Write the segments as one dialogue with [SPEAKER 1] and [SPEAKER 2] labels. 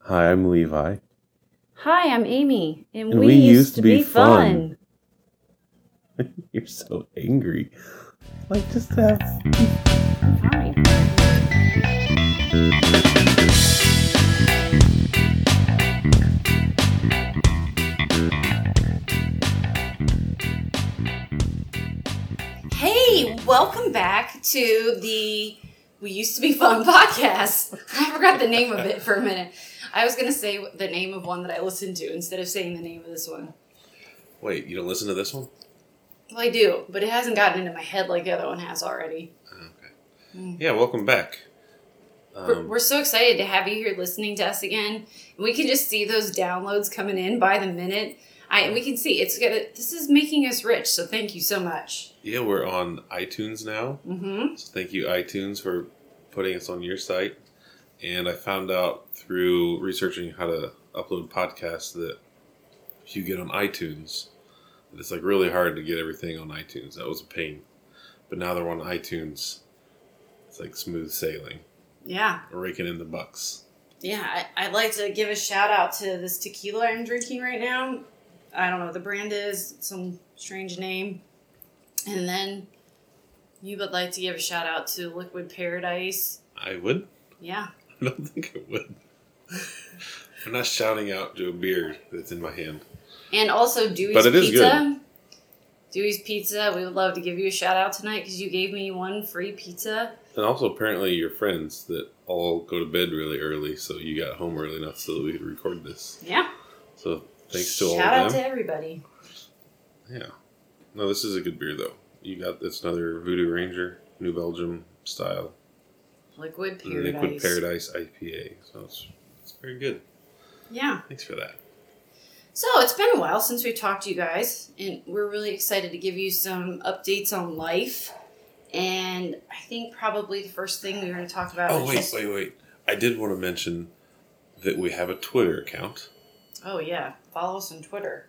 [SPEAKER 1] Hi, I'm Levi.
[SPEAKER 2] Hi, I'm Amy, and,
[SPEAKER 1] And
[SPEAKER 2] we, used, to be, fun.
[SPEAKER 1] You're so angry. Like, just have.
[SPEAKER 2] Fine.
[SPEAKER 3] Hey, welcome back to the We Used to Be Fun podcast. I forgot the name of it for a minute. I was going to say the name of one that I listened to instead of saying the name of this one.
[SPEAKER 1] Wait, you don't listen to this one?
[SPEAKER 3] Well, I do, but it hasn't gotten into my head like the other one has already.
[SPEAKER 1] Oh, Yeah, welcome back. Um,
[SPEAKER 3] We're- We're so excited to have you here listening to us again. And we can just see those downloads coming in by the minute. I, and we can see it's gonna. This is making us rich, so thank you so much.
[SPEAKER 1] Yeah, we're on iTunes now.
[SPEAKER 3] Mm-hmm.
[SPEAKER 1] So thank you, iTunes, for putting us on your site. And I found out through researching how to upload podcasts that if you get on iTunes, it's like really hard to get everything on iTunes. That was a pain. But now they're on iTunes. It's like smooth sailing,
[SPEAKER 3] Yeah.
[SPEAKER 1] raking in the bucks.
[SPEAKER 3] Yeah, I, I'd like to give a shout out to this tequila I'm drinking right now. I don't know what the brand is, some strange name. And then you would like to give a shout out to Liquid Paradise.
[SPEAKER 1] I would.
[SPEAKER 3] Yeah.
[SPEAKER 1] I don't think I would. I'm not shouting out to a beer that's in my hand.
[SPEAKER 3] And also Dewey's
[SPEAKER 1] But it is
[SPEAKER 3] Pizza. Dewey's Pizza, we would love to give you a shout out tonight because you gave me one free pizza.
[SPEAKER 1] And also, apparently, your friends that all go to bed really early, so you got home early enough so that we could record this.
[SPEAKER 3] Yeah.
[SPEAKER 1] So thanks to
[SPEAKER 3] shout
[SPEAKER 1] all
[SPEAKER 3] out
[SPEAKER 1] of them.
[SPEAKER 3] to everybody.
[SPEAKER 1] yeah. No, this is a good beer though. You got it's another Voodoo Ranger, New Belgium style,
[SPEAKER 3] Liquid Paradise.
[SPEAKER 1] Liquid Paradise IPA. So it's it's very good.
[SPEAKER 3] Yeah.
[SPEAKER 1] Thanks for that.
[SPEAKER 3] So it's been a while since we talked to you guys, and we're really excited to give you some updates on life. And I think probably the first thing we were going to talk about.
[SPEAKER 1] Oh
[SPEAKER 3] is
[SPEAKER 1] wait,
[SPEAKER 3] just-
[SPEAKER 1] wait, wait! I did want to mention that we have a Twitter account.
[SPEAKER 3] Oh yeah, follow us on Twitter.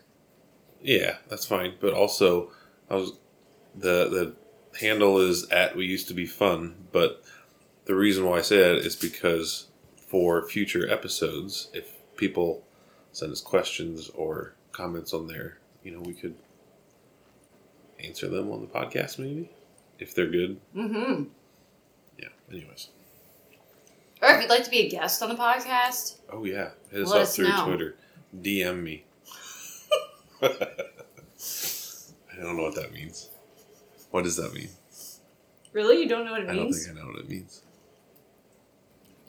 [SPEAKER 1] Yeah, that's fine. But also, I was the the handle is at we used to be fun. But the reason why I say that is because for future episodes, if people send us questions or comments on there, you know, we could answer them on the podcast maybe if they're good.
[SPEAKER 3] Mm-hmm.
[SPEAKER 1] Yeah. Anyways,
[SPEAKER 3] Or if you'd like to be a guest on the podcast,
[SPEAKER 1] oh yeah, hit us
[SPEAKER 3] Let
[SPEAKER 1] up
[SPEAKER 3] us
[SPEAKER 1] through
[SPEAKER 3] know.
[SPEAKER 1] Twitter, DM me. I don't know what that means. What does that mean?
[SPEAKER 3] really, you don't know what it
[SPEAKER 1] I don't
[SPEAKER 3] means.
[SPEAKER 1] think I know what it means.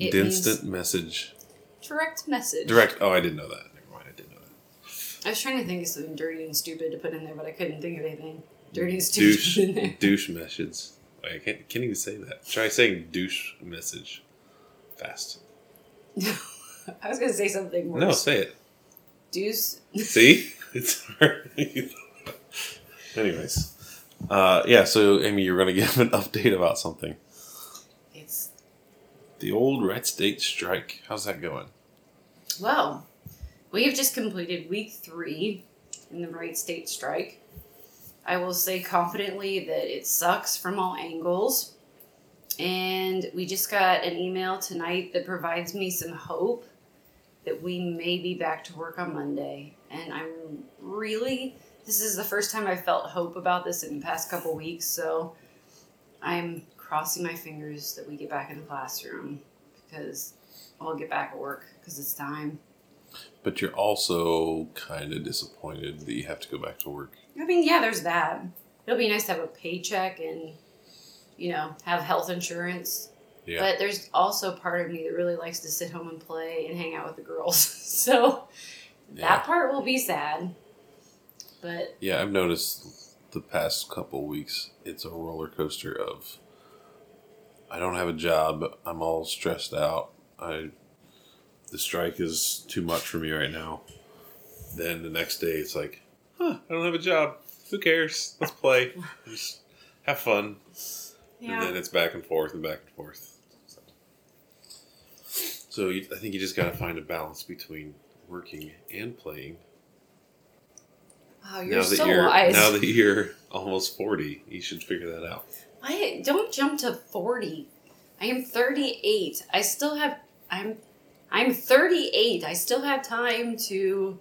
[SPEAKER 3] It
[SPEAKER 1] Instant message.
[SPEAKER 3] means direct message.
[SPEAKER 1] Direct. Oh, I didn't know that. Never mind. I didn't know that.
[SPEAKER 3] I was trying to think of something dirty and stupid to put in there, but I couldn't think of anything dirty and stupid
[SPEAKER 1] Douche.
[SPEAKER 3] in there.
[SPEAKER 1] douche message. Wait, I can't, can't even say that. Try saying douche message fast.
[SPEAKER 3] I was going to say something worse.
[SPEAKER 1] No, say it.
[SPEAKER 3] Deuce.
[SPEAKER 1] See? It's hard. Anyways. Uh, yeah, so Amy, you were going to give an update about something.
[SPEAKER 3] It's
[SPEAKER 1] The old red state strike. How's that going?
[SPEAKER 3] Well, we have just completed week three in the right state strike. I will say confidently that it sucks from all angles. And we just got an email tonight that provides me some hope that we may be back to work on Monday. And I'm really, this is the first time I felt hope about this in the past couple weeks. So I'm crossing my fingers that we get back in the classroom because I'll get back at work because it's time.
[SPEAKER 1] But you're also kind of disappointed that you have to go back to work.
[SPEAKER 3] I mean, yeah, there's that. It'll be nice to have a paycheck and, you know, have health insurance.
[SPEAKER 1] Yeah.
[SPEAKER 3] But there's also part of me that really likes to sit home and play and hang out with the girls. so
[SPEAKER 1] Yeah.
[SPEAKER 3] that part will be sad. But
[SPEAKER 1] Yeah, I've noticed the past couple weeks it's a roller coaster of I don't have a job, I'm all stressed out. I the strike is too much for me right now. Then the next day it's like, huh, I don't have a job. Who cares? Let's play. Just have fun. And
[SPEAKER 3] yeah,
[SPEAKER 1] then it's back and forth and back and forth. So you, I think you just got to find a balance between working and playing
[SPEAKER 3] wow, you're so
[SPEAKER 1] you're
[SPEAKER 3] wise.
[SPEAKER 1] now that you're almost forty, you should figure that out.
[SPEAKER 3] I don't jump to forty. I am thirty-eight. I still have. I'm. I'm 38. I still have time to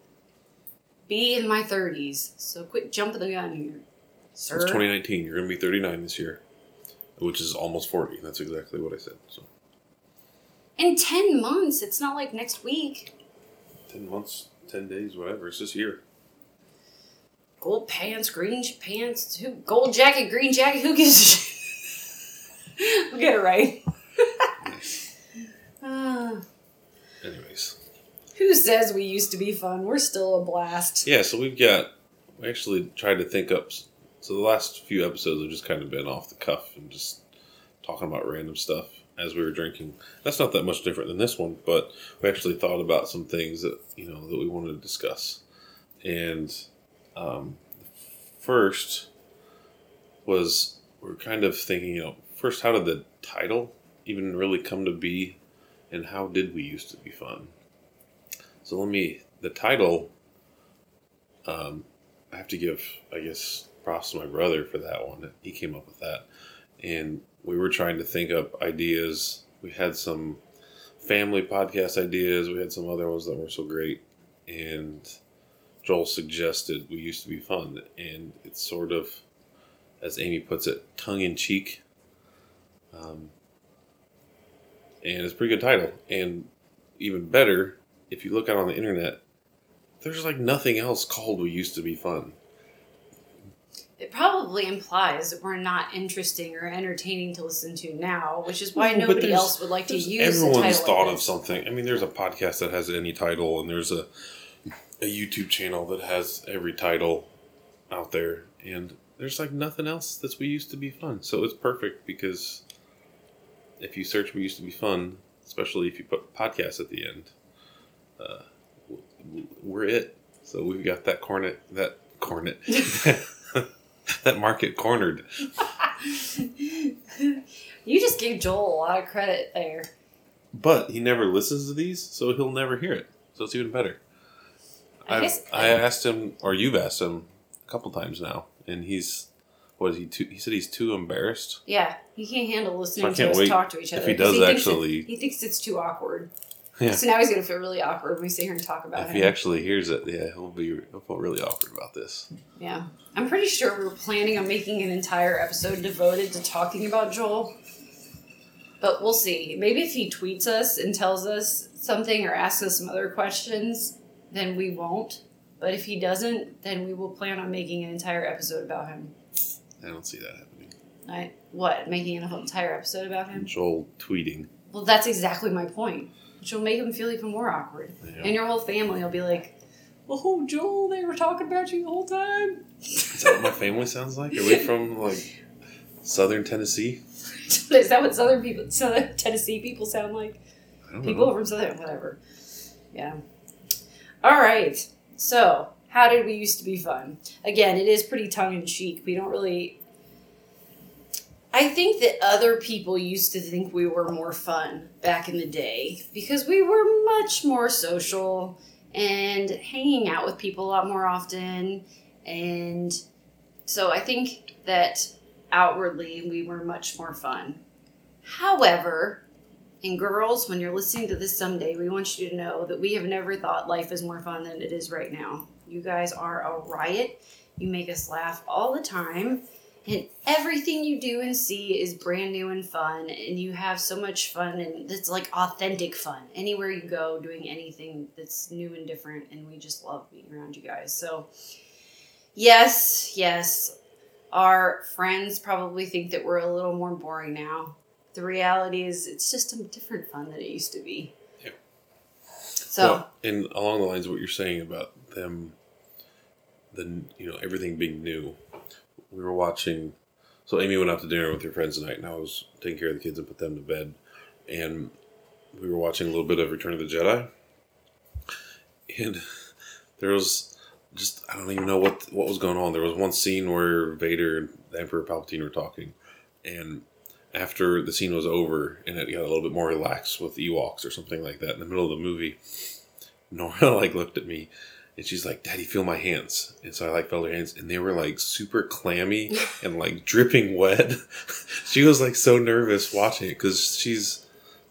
[SPEAKER 3] be in my 30s. So quit jumping the gun here, sir.
[SPEAKER 1] It's 2019. You're going to be 39 this year, which is almost 40. That's exactly what I said. So
[SPEAKER 3] In 10 months, it's not like next week.
[SPEAKER 1] 10 months, 10 days, whatever. It's this year.
[SPEAKER 3] Gold pants, green j- pants, who, gold jacket, green jacket. Who gives a shit? We'll get it right. Ah,
[SPEAKER 1] Anyways.
[SPEAKER 3] who says we used to be fun? We're still a blast.
[SPEAKER 1] Yeah, so we've got. We actually tried to think up. So the last few episodes have just kind of been off the cuff and just talking about random stuff as we were drinking. That's not that much different than this one, but we actually thought about some things that you know that we wanted to discuss. And um, first was we are kind of thinking, you know, first how did the title even really come to be, and how did we used to be fun? So let me. The title um, I have to give, I guess, props to my brother for that one. He came up with that. And we were trying to think up ideas. We had some family podcast ideas, we had some other ones that weren't so great. And Joel suggested we used to be fun. And it's sort of, as Amy puts it, tongue in cheek. Um, and it's a pretty good title. And even better, if you look out on the internet, there's like nothing else called We Used to Be Fun.
[SPEAKER 3] It probably implies that we're not interesting or entertaining to listen to now, which is why
[SPEAKER 1] No, but
[SPEAKER 3] nobody
[SPEAKER 1] there's-
[SPEAKER 3] else would like to
[SPEAKER 1] There's-
[SPEAKER 3] use the title.
[SPEAKER 1] Everyone's thought
[SPEAKER 3] of
[SPEAKER 1] of
[SPEAKER 3] this.
[SPEAKER 1] something. I mean, there's a podcast that has any title, and there's a a YouTube channel that has every title out there, and there's like nothing else that's We Used to Be Fun. So it's perfect because if you search We Used to Be Fun, especially if you put podcast at the end, uh, w- w- we're it. So we've got that cornet, that cornet, that market cornered.
[SPEAKER 3] you just gave Joel a lot of credit there.
[SPEAKER 1] But he never listens to these, so he'll never hear it. So it's even better.
[SPEAKER 3] I
[SPEAKER 1] I
[SPEAKER 3] guess-
[SPEAKER 1] I asked him, or you've asked him a couple times now, and he's what is he? Too, he said he's too embarrassed.
[SPEAKER 3] Yeah, he can't handle listening
[SPEAKER 1] So I
[SPEAKER 3] to
[SPEAKER 1] can't
[SPEAKER 3] us
[SPEAKER 1] wait
[SPEAKER 3] talk to each
[SPEAKER 1] if
[SPEAKER 3] other.
[SPEAKER 1] he
[SPEAKER 3] 'cause
[SPEAKER 1] does
[SPEAKER 3] thinks it-
[SPEAKER 1] actually-
[SPEAKER 3] he thinks it's too awkward.
[SPEAKER 1] Yeah.
[SPEAKER 3] So now he's gonna feel really awkward when we sit here and talk about
[SPEAKER 1] If
[SPEAKER 3] him.
[SPEAKER 1] he actually hears it, yeah, he'll be he'll feel really awkward about this.
[SPEAKER 3] Yeah, I'm pretty sure we were planning on making an entire episode devoted to talking about Joel. But we'll see. Maybe if he tweets us and tells us something or asks us some other questions, then we won't. But if he doesn't, then we will plan on making an entire episode about him.
[SPEAKER 1] I don't see that happening.
[SPEAKER 3] I, what? Making an entire episode about him?
[SPEAKER 1] Joel tweeting.
[SPEAKER 3] Well, that's exactly my point. Which will make him feel even more awkward.
[SPEAKER 1] Yeah.
[SPEAKER 3] And your whole family will be like, oh, Joel, they were talking about you the whole time.
[SPEAKER 1] Is that what my family sounds like? Are we from like southern Tennessee?
[SPEAKER 3] Is that what Southern people, Southern Tennessee people sound like?
[SPEAKER 1] I don't
[SPEAKER 3] People
[SPEAKER 1] know.
[SPEAKER 3] from Southern, whatever. Yeah. All right. So, how did we used to be fun? Again, it is pretty tongue in cheek. We don't really. I think that other people used to think we were more fun back in the day because we were much more social and hanging out with people a lot more often. And so I think that outwardly we were much more fun. However, and girls, when you're listening to this someday, we want you to know that we have never thought life is more fun than it is right now. You guys are a riot. You make us laugh all the time. And everything you do and see is brand new and fun. And you have so much fun, and it's like authentic fun. Anywhere you go, doing anything that's new and different. And we just love being around you guys. So, yes, yes. Our friends probably think that we're a little more boring now the reality is it's just a different fun than it used to be.
[SPEAKER 1] Yeah.
[SPEAKER 3] So
[SPEAKER 1] Well, and along the lines of what you're saying about them, the you know everything being new, we were watching. So Amy went out to dinner with her friends tonight, and I was taking care of the kids and put them to bed, and we were watching a little bit of Return of the Jedi, and there was just I don't even know what what was going on. There was one scene where Vader and Emperor Palpatine were talking, and after the scene was over and it got a little bit more relaxed with Ewoks or something like that in the middle of the movie, Nora like looked at me and she's like, Daddy, feel my hands. And so I like felt her hands and they were like super clammy and like dripping wet. she was like so nervous watching it because she's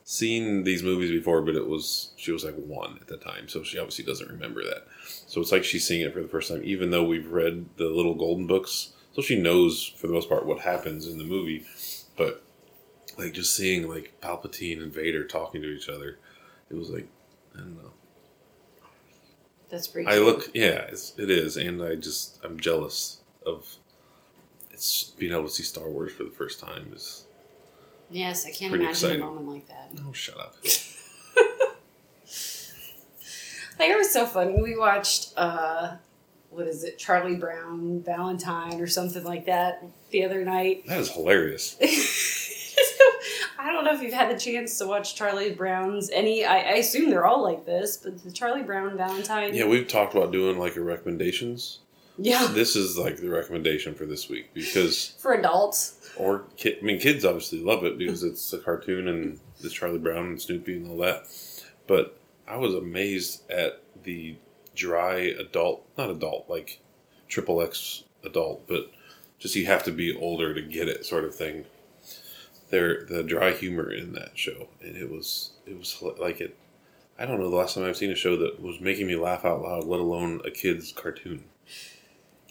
[SPEAKER 1] seen these movies before, but it was she was like one at the time, so she obviously doesn't remember that. So it's like she's seeing it for the first time, even though we've read the little golden books, so she knows for the most part what happens in the movie. But like just seeing like Palpatine and Vader talking to each other, it was like I don't know.
[SPEAKER 3] That's pretty.
[SPEAKER 1] I
[SPEAKER 3] cute.
[SPEAKER 1] look, yeah, it's, it is, and I just I'm jealous of it's being able to see Star Wars for the first time. Is
[SPEAKER 3] Yes, I can't
[SPEAKER 1] pretty
[SPEAKER 3] imagine
[SPEAKER 1] exciting.
[SPEAKER 3] a moment like that.
[SPEAKER 1] oh, shut up.
[SPEAKER 3] Like it was so fun. We watched uh, what is it, Charlie Brown Valentine or something like that the other night.
[SPEAKER 1] That is hilarious.
[SPEAKER 3] I don't know if you've had the chance to watch Charlie Brown's any. I, I assume they're all like this, but the Charlie Brown Valentine.
[SPEAKER 1] Yeah, we've talked about doing like your recommendations.
[SPEAKER 3] yeah,
[SPEAKER 1] This is like the recommendation for this week because,
[SPEAKER 3] for adults.
[SPEAKER 1] or kid, I mean, kids obviously love it because it's a cartoon and it's Charlie Brown and Snoopy and all that. But I was amazed at the dry adult, not adult, like triple X adult, but just you have to be older to get it sort of thing. There, the dry humor in that show, and it was, it was hila- like it. I don't know the last time I've seen a show that was making me laugh out loud, let alone a kid's cartoon.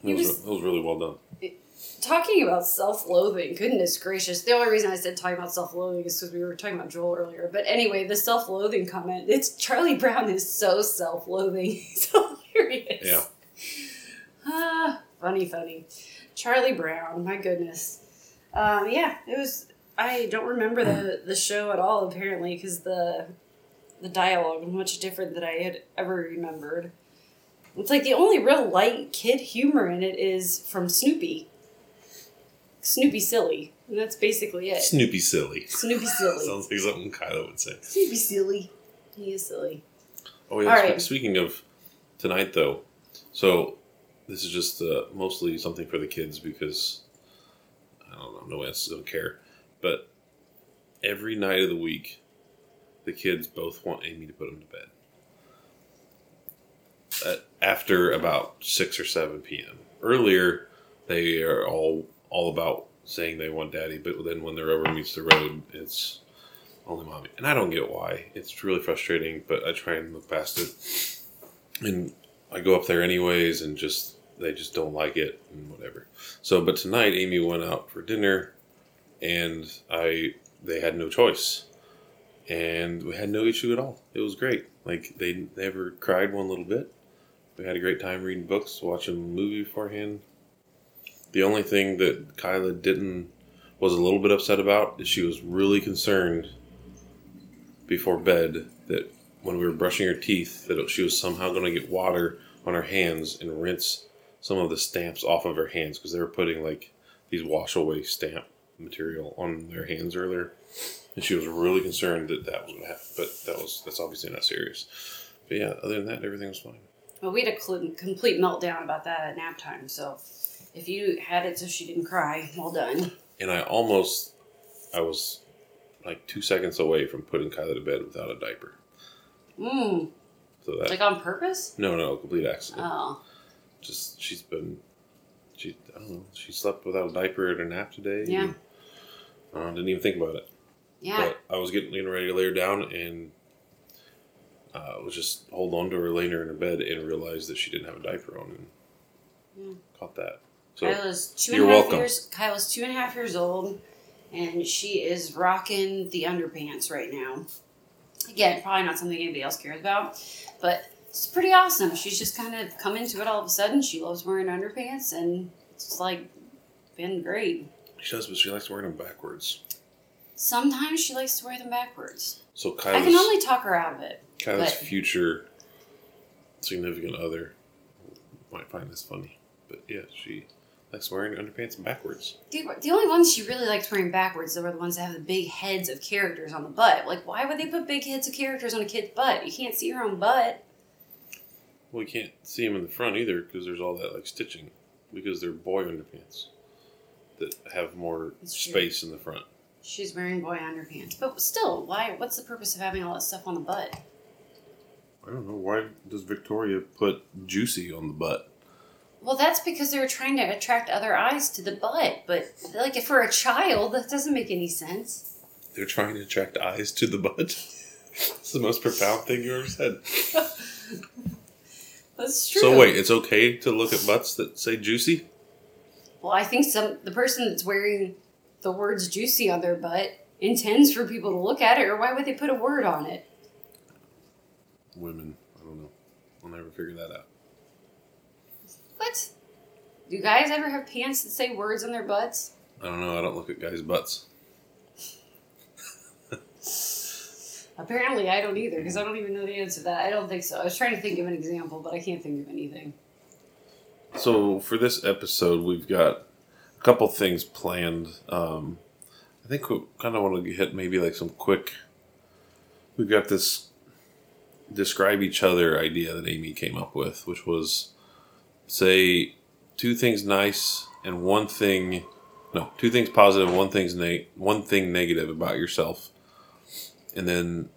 [SPEAKER 1] It
[SPEAKER 3] It
[SPEAKER 1] was,
[SPEAKER 3] was-
[SPEAKER 1] it was really well done.
[SPEAKER 3] Talking about self-loathing, goodness gracious. The only reason I said talking about self-loathing is because we were talking about Joel earlier. But anyway, the self-loathing comment. It's Charlie Brown is so self-loathing. He's hilarious.
[SPEAKER 1] Yeah.
[SPEAKER 3] Ah, funny, funny. Charlie Brown, my goodness. Um, yeah, it was. I don't remember the, the show at all, apparently, because the the dialogue was much different than I had ever remembered. It's like the only real light kid humor in it is from Snoopy. Snoopy Silly. And that's basically it.
[SPEAKER 1] Snoopy silly
[SPEAKER 3] Snoopy Silly.
[SPEAKER 1] sounds like something Kylo would say.
[SPEAKER 3] Snoopy Silly. He is silly.
[SPEAKER 1] Oh yeah.
[SPEAKER 3] All
[SPEAKER 1] spe-
[SPEAKER 3] right.
[SPEAKER 1] Speaking of tonight, though, so this is just uh, mostly something for the kids because I don't know, no one else don't care. But every night of the week, the kids both want Amy to put them to bed At- after about six or seven p.m. Earlier, they are all all about saying they want daddy, but then when the rubber meets the road, it's only mommy. And I don't get why. It's really frustrating, but I try and look past it. And I go up there anyways and just they just don't like it and whatever. So but tonight Amy went out for dinner and I they had no choice. And we had no issue at all. It was great. Like they never cried one little bit. We had a great time reading books, watching a movie beforehand. The only thing that Kyla didn't was a little bit upset about is she was really concerned before bed that when we were brushing her teeth that it- she was somehow going to get water on her hands and rinse some of the stamps off of her hands because they were putting like these wash away stamp material on their hands earlier and she was really concerned that that was going to happen but that was that's obviously not serious but yeah other than that everything was fine
[SPEAKER 3] Well, we had a cl- complete meltdown about that at nap time. So if you had it so she didn't cry, well done.
[SPEAKER 1] and i almost i was like two seconds away from putting kyla to bed without a diaper
[SPEAKER 3] Mm,
[SPEAKER 1] so that
[SPEAKER 3] like on purpose?
[SPEAKER 1] no no complete accident
[SPEAKER 3] Oh,
[SPEAKER 1] just she's been she I don't know she slept without a diaper and her nap today.
[SPEAKER 3] Yeah.
[SPEAKER 1] I didn't even think about it.
[SPEAKER 3] yeah.
[SPEAKER 1] But I was getting getting ready to lay her down and uh, was just hold on to her, laying her in her bed, and realized that she didn't have a diaper on, and
[SPEAKER 3] Yeah.
[SPEAKER 1] caught that. So
[SPEAKER 3] Kyla's two
[SPEAKER 1] you're
[SPEAKER 3] and a half
[SPEAKER 1] welcome.
[SPEAKER 3] years. Kyla's two and a half years old, and she is rocking the underpants right now. Again, probably not something anybody else cares about, but it's pretty awesome. She's just kind of come into it all of a sudden. She loves wearing underpants, and it's like been great.
[SPEAKER 1] she does, but she likes wearing them backwards.
[SPEAKER 3] Sometimes she likes to wear them backwards.
[SPEAKER 1] So
[SPEAKER 3] I can
[SPEAKER 1] Kyla's
[SPEAKER 3] only talk her out of it.
[SPEAKER 1] Kyla's
[SPEAKER 3] but-
[SPEAKER 1] future significant other might find this funny, but yeah, she likes wearing underpants backwards.
[SPEAKER 3] The, the only ones she really liked wearing backwards though, were the ones that have the big heads of characters on the butt. Like, why would they put big heads of characters on a kid's butt? You can't see her own butt.
[SPEAKER 1] Well, you can't see them in the front either because there's all that like stitching because they're boy underpants that have more
[SPEAKER 3] That's true.
[SPEAKER 1] space in the front.
[SPEAKER 3] She's wearing boy underpants, but still, why? What's the purpose of having all that stuff on the butt?
[SPEAKER 1] I don't know why does Victoria put juicy on the butt.
[SPEAKER 3] Well, that's because they were trying to attract other eyes to the butt. But like, if for a child, that doesn't make any sense.
[SPEAKER 1] They're trying to attract eyes to the bud. it's the most profound thing you ever said.
[SPEAKER 3] That's true.
[SPEAKER 1] So wait, it's okay to look at butts that say juicy?
[SPEAKER 3] Well, I think some the person that's wearing the words juicy on their butt intends for people to look at it, or why would they put a word on it?
[SPEAKER 1] Women, I don't know. I'll never figure that out.
[SPEAKER 3] What? Do you guys ever have pants that say words on their butts?
[SPEAKER 1] I don't know. I don't look at guys' butts.
[SPEAKER 3] Apparently, I don't either, because I don't even know the answer to that. I don't think so. I was trying to think of an example, but I can't think of anything.
[SPEAKER 1] So for this episode, we've got a couple things planned. Um, I think we kind of want to hit maybe like some quick. We've got this describe each other idea that Amy came up with, which was say two things nice and one thing, no, two things positive, one thing's neg one thing negative about yourself, and then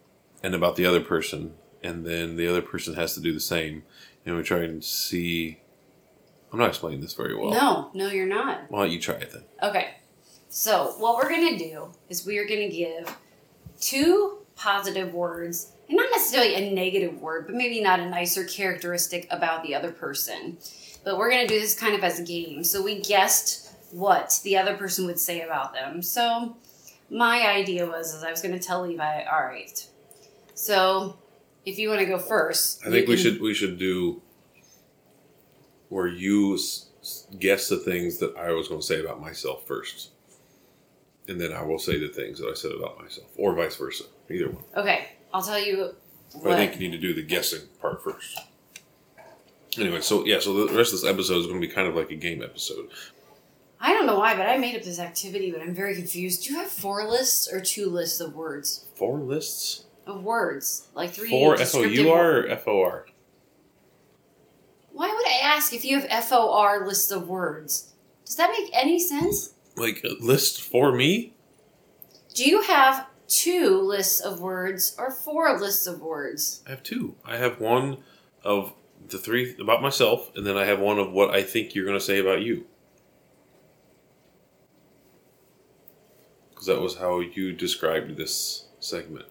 [SPEAKER 1] and about the other person, and then the other person has to do the same, and we try and see. I'm not explaining this very well.
[SPEAKER 3] no, no, you're not.
[SPEAKER 1] Why don't you try it then?
[SPEAKER 3] Okay. So, what we're going to do is we are going to give two positive words, and not necessarily a negative word, but maybe not a nicer characteristic about the other person. But we're going to do this kind of as a game. So, we guessed what the other person would say about them. So, my idea was is I was going to tell Levi, all right. So, if you want to go first,
[SPEAKER 1] I think we
[SPEAKER 3] you can-
[SPEAKER 1] should we should do where you s- s- guess the things that I was going to say about myself first, and then I will say the things that I said about myself, or vice versa. Either one.
[SPEAKER 3] Okay, I'll tell you.
[SPEAKER 1] But
[SPEAKER 3] What,
[SPEAKER 1] I think you need to do the guessing part first. Anyway, so yeah, so the rest of this episode is going to be kind of like a game episode.
[SPEAKER 3] I don't know why, but I made up this activity, but I'm very confused. Do you have four lists or two lists of words?
[SPEAKER 1] Four lists.
[SPEAKER 3] Of words, like three.
[SPEAKER 1] Four F O
[SPEAKER 3] descriptive
[SPEAKER 1] U
[SPEAKER 3] wor-
[SPEAKER 1] R or F O R.
[SPEAKER 3] Why would I ask if you have F O R lists of words? Does that make any sense?
[SPEAKER 1] Like a list for me.
[SPEAKER 3] Do you have two lists of words or four lists of words?
[SPEAKER 1] I have two. I have one of the three about myself, and then I have one of what I think you're going to say about you. Because that was how you described this segment.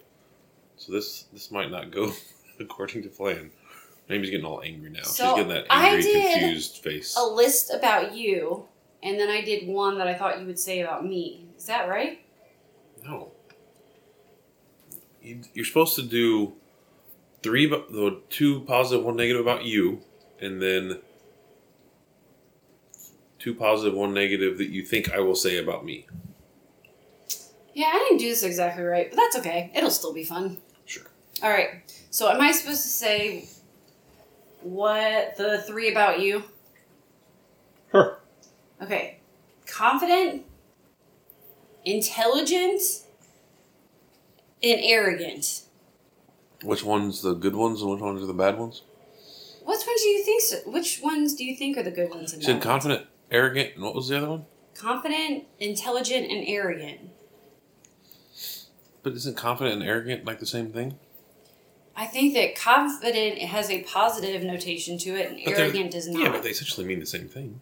[SPEAKER 1] So this this might not go according to plan. Amy's getting all angry now.
[SPEAKER 3] So,
[SPEAKER 1] She's getting that
[SPEAKER 3] I
[SPEAKER 1] angry,
[SPEAKER 3] did
[SPEAKER 1] confused face.
[SPEAKER 3] A list about you, and then I did one that I thought you would say about me. Is that right?
[SPEAKER 1] No. You- You're supposed to do three, bu- no, two positive, one negative about you, and then two positive, one negative that you think I will say about me.
[SPEAKER 3] Yeah, I didn't do this exactly right, but that's okay. It'll still be fun.
[SPEAKER 1] Sure.
[SPEAKER 3] All right. So am I supposed to say what the three about you?
[SPEAKER 1] Her.
[SPEAKER 3] Okay. Confident, intelligent, and arrogant.
[SPEAKER 1] Which one's the good ones and which ones are the bad ones?
[SPEAKER 3] Which ones do you think? So, which ones do you think are the good ones? In
[SPEAKER 1] You said
[SPEAKER 3] that?
[SPEAKER 1] confident, arrogant, and what was the other one?
[SPEAKER 3] confident, intelligent, and arrogant.
[SPEAKER 1] But isn't confident and arrogant like the same thing?
[SPEAKER 3] I think that confident has a positive notation to it, and
[SPEAKER 1] But they're-
[SPEAKER 3] arrogant does not.
[SPEAKER 1] Yeah, but they essentially mean the same thing.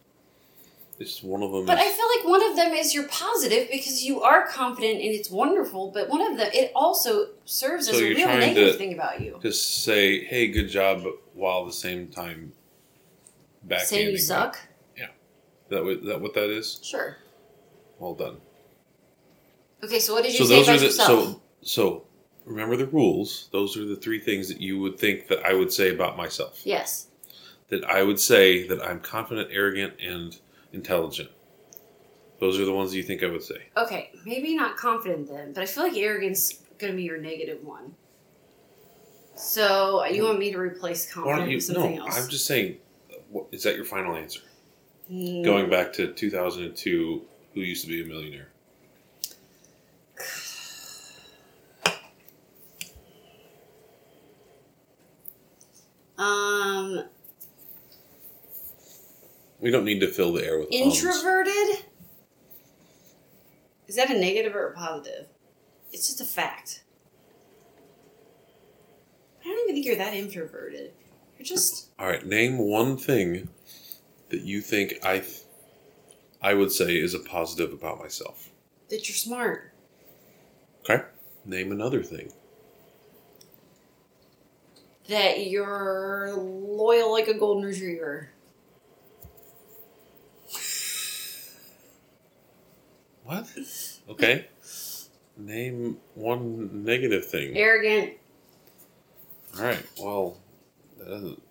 [SPEAKER 1] It's just one of them.
[SPEAKER 3] But I
[SPEAKER 1] is,
[SPEAKER 3] feel like one of them is your positive because you are confident and it's wonderful. But one of them, it also serves
[SPEAKER 1] So
[SPEAKER 3] as a
[SPEAKER 1] you're
[SPEAKER 3] real
[SPEAKER 1] trying
[SPEAKER 3] negative
[SPEAKER 1] to-
[SPEAKER 3] thing about you.
[SPEAKER 1] just say, "Hey, good job," while at the same time backhanding.
[SPEAKER 3] Saying you
[SPEAKER 1] them.
[SPEAKER 3] suck?
[SPEAKER 1] Is that what, that what that is?
[SPEAKER 3] Sure.
[SPEAKER 1] Well done.
[SPEAKER 3] Okay, so what did you
[SPEAKER 1] So
[SPEAKER 3] say
[SPEAKER 1] those are
[SPEAKER 3] about
[SPEAKER 1] the
[SPEAKER 3] yourself?
[SPEAKER 1] so so remember the rules. Those are the three things that you would think that I would say about myself.
[SPEAKER 3] yes.
[SPEAKER 1] That I would say that I'm confident, arrogant, and intelligent. Those are the ones that you think I would say.
[SPEAKER 3] Okay, maybe not confident then, but I feel like arrogance going to be your negative one. So you want me to replace
[SPEAKER 1] Why
[SPEAKER 3] confident
[SPEAKER 1] don't you?
[SPEAKER 3] with
[SPEAKER 1] No,
[SPEAKER 3] something else?
[SPEAKER 1] I'm just saying. what- Is that your final answer?
[SPEAKER 3] Hmm.
[SPEAKER 1] Going back to 2002, who used to be a millionaire?
[SPEAKER 3] Um,
[SPEAKER 1] We don't need to fill the air with ums.
[SPEAKER 3] introverted. Is that a negative or a positive? It's just a fact. I don't even think you're that introverted. You're just
[SPEAKER 1] All right, name one thing that you think I th- I would say is a positive about myself.
[SPEAKER 3] that you're smart.
[SPEAKER 1] Okay. Name another thing.
[SPEAKER 3] That you're loyal like a golden retriever.
[SPEAKER 1] What? Okay. Name one negative thing.
[SPEAKER 3] Arrogant.
[SPEAKER 1] All right. Well, that doesn't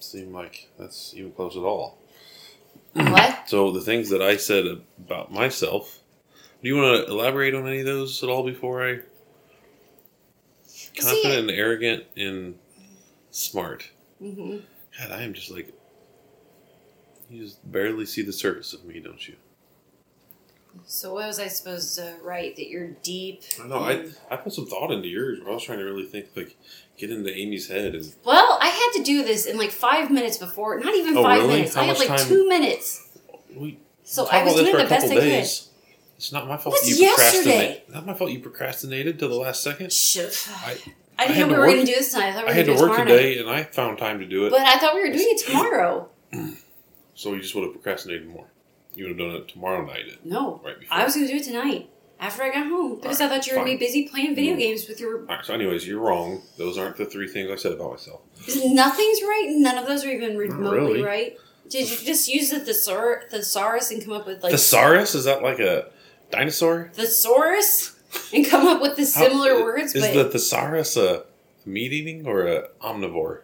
[SPEAKER 1] seem like that's even close at all.
[SPEAKER 3] what?
[SPEAKER 1] So the things that I said about myself. Do you want to elaborate on any of those at all before I? Confident and arrogant and smart.
[SPEAKER 3] hmm
[SPEAKER 1] God, I am just like. You just barely see the surface of me, don't you?
[SPEAKER 3] So what was I supposed to write? That you're deep.
[SPEAKER 1] I know. I I put some thought into yours. But I was trying to really think, like, get into Amy's head and
[SPEAKER 3] Well, I had to do this in like five minutes before. Not even
[SPEAKER 1] Oh,
[SPEAKER 3] five
[SPEAKER 1] really?
[SPEAKER 3] minutes.
[SPEAKER 1] How
[SPEAKER 3] I had
[SPEAKER 1] much
[SPEAKER 3] like
[SPEAKER 1] time-
[SPEAKER 3] two minutes.
[SPEAKER 1] we.
[SPEAKER 3] So
[SPEAKER 1] talked
[SPEAKER 3] I was
[SPEAKER 1] about this
[SPEAKER 3] doing
[SPEAKER 1] for
[SPEAKER 3] the
[SPEAKER 1] a
[SPEAKER 3] best I
[SPEAKER 1] couple
[SPEAKER 3] could.
[SPEAKER 1] days. It's not my fault.
[SPEAKER 3] What's
[SPEAKER 1] that you
[SPEAKER 3] yesterday?
[SPEAKER 1] procrastinated. Not my fault. You procrastinated till the last second.
[SPEAKER 3] Shit.
[SPEAKER 1] I-
[SPEAKER 3] I,
[SPEAKER 1] I had
[SPEAKER 3] didn't
[SPEAKER 1] to
[SPEAKER 3] know we were
[SPEAKER 1] work-
[SPEAKER 3] going to do this tonight. I
[SPEAKER 1] I
[SPEAKER 3] thought we were going
[SPEAKER 1] had
[SPEAKER 3] to
[SPEAKER 1] to
[SPEAKER 3] do it
[SPEAKER 1] work
[SPEAKER 3] tomorrow night.
[SPEAKER 1] today, and I found time to do it.
[SPEAKER 3] But I thought we were doing it tomorrow.
[SPEAKER 1] so you just would have procrastinated more. You would have done it tomorrow night,
[SPEAKER 3] No.
[SPEAKER 1] right before.
[SPEAKER 3] I was going to do it tonight after I got home because I
[SPEAKER 1] Alright,
[SPEAKER 3] thought you were going to
[SPEAKER 1] fine.
[SPEAKER 3] be busy playing video
[SPEAKER 1] Mm.
[SPEAKER 3] games with your.
[SPEAKER 1] All right. So, anyways, you're wrong. Those aren't the three things I said about myself.
[SPEAKER 3] Nothing's right. None of those are even remotely
[SPEAKER 1] really.
[SPEAKER 3] right. Did you just use the thesaur- thesaurus and come up with like
[SPEAKER 1] Thesaurus is that like a dinosaur?
[SPEAKER 3] thesaurus and come up with the
[SPEAKER 1] How-
[SPEAKER 3] similar words?
[SPEAKER 1] Is
[SPEAKER 3] But
[SPEAKER 1] the thesaurus a meat eating or a omnivore?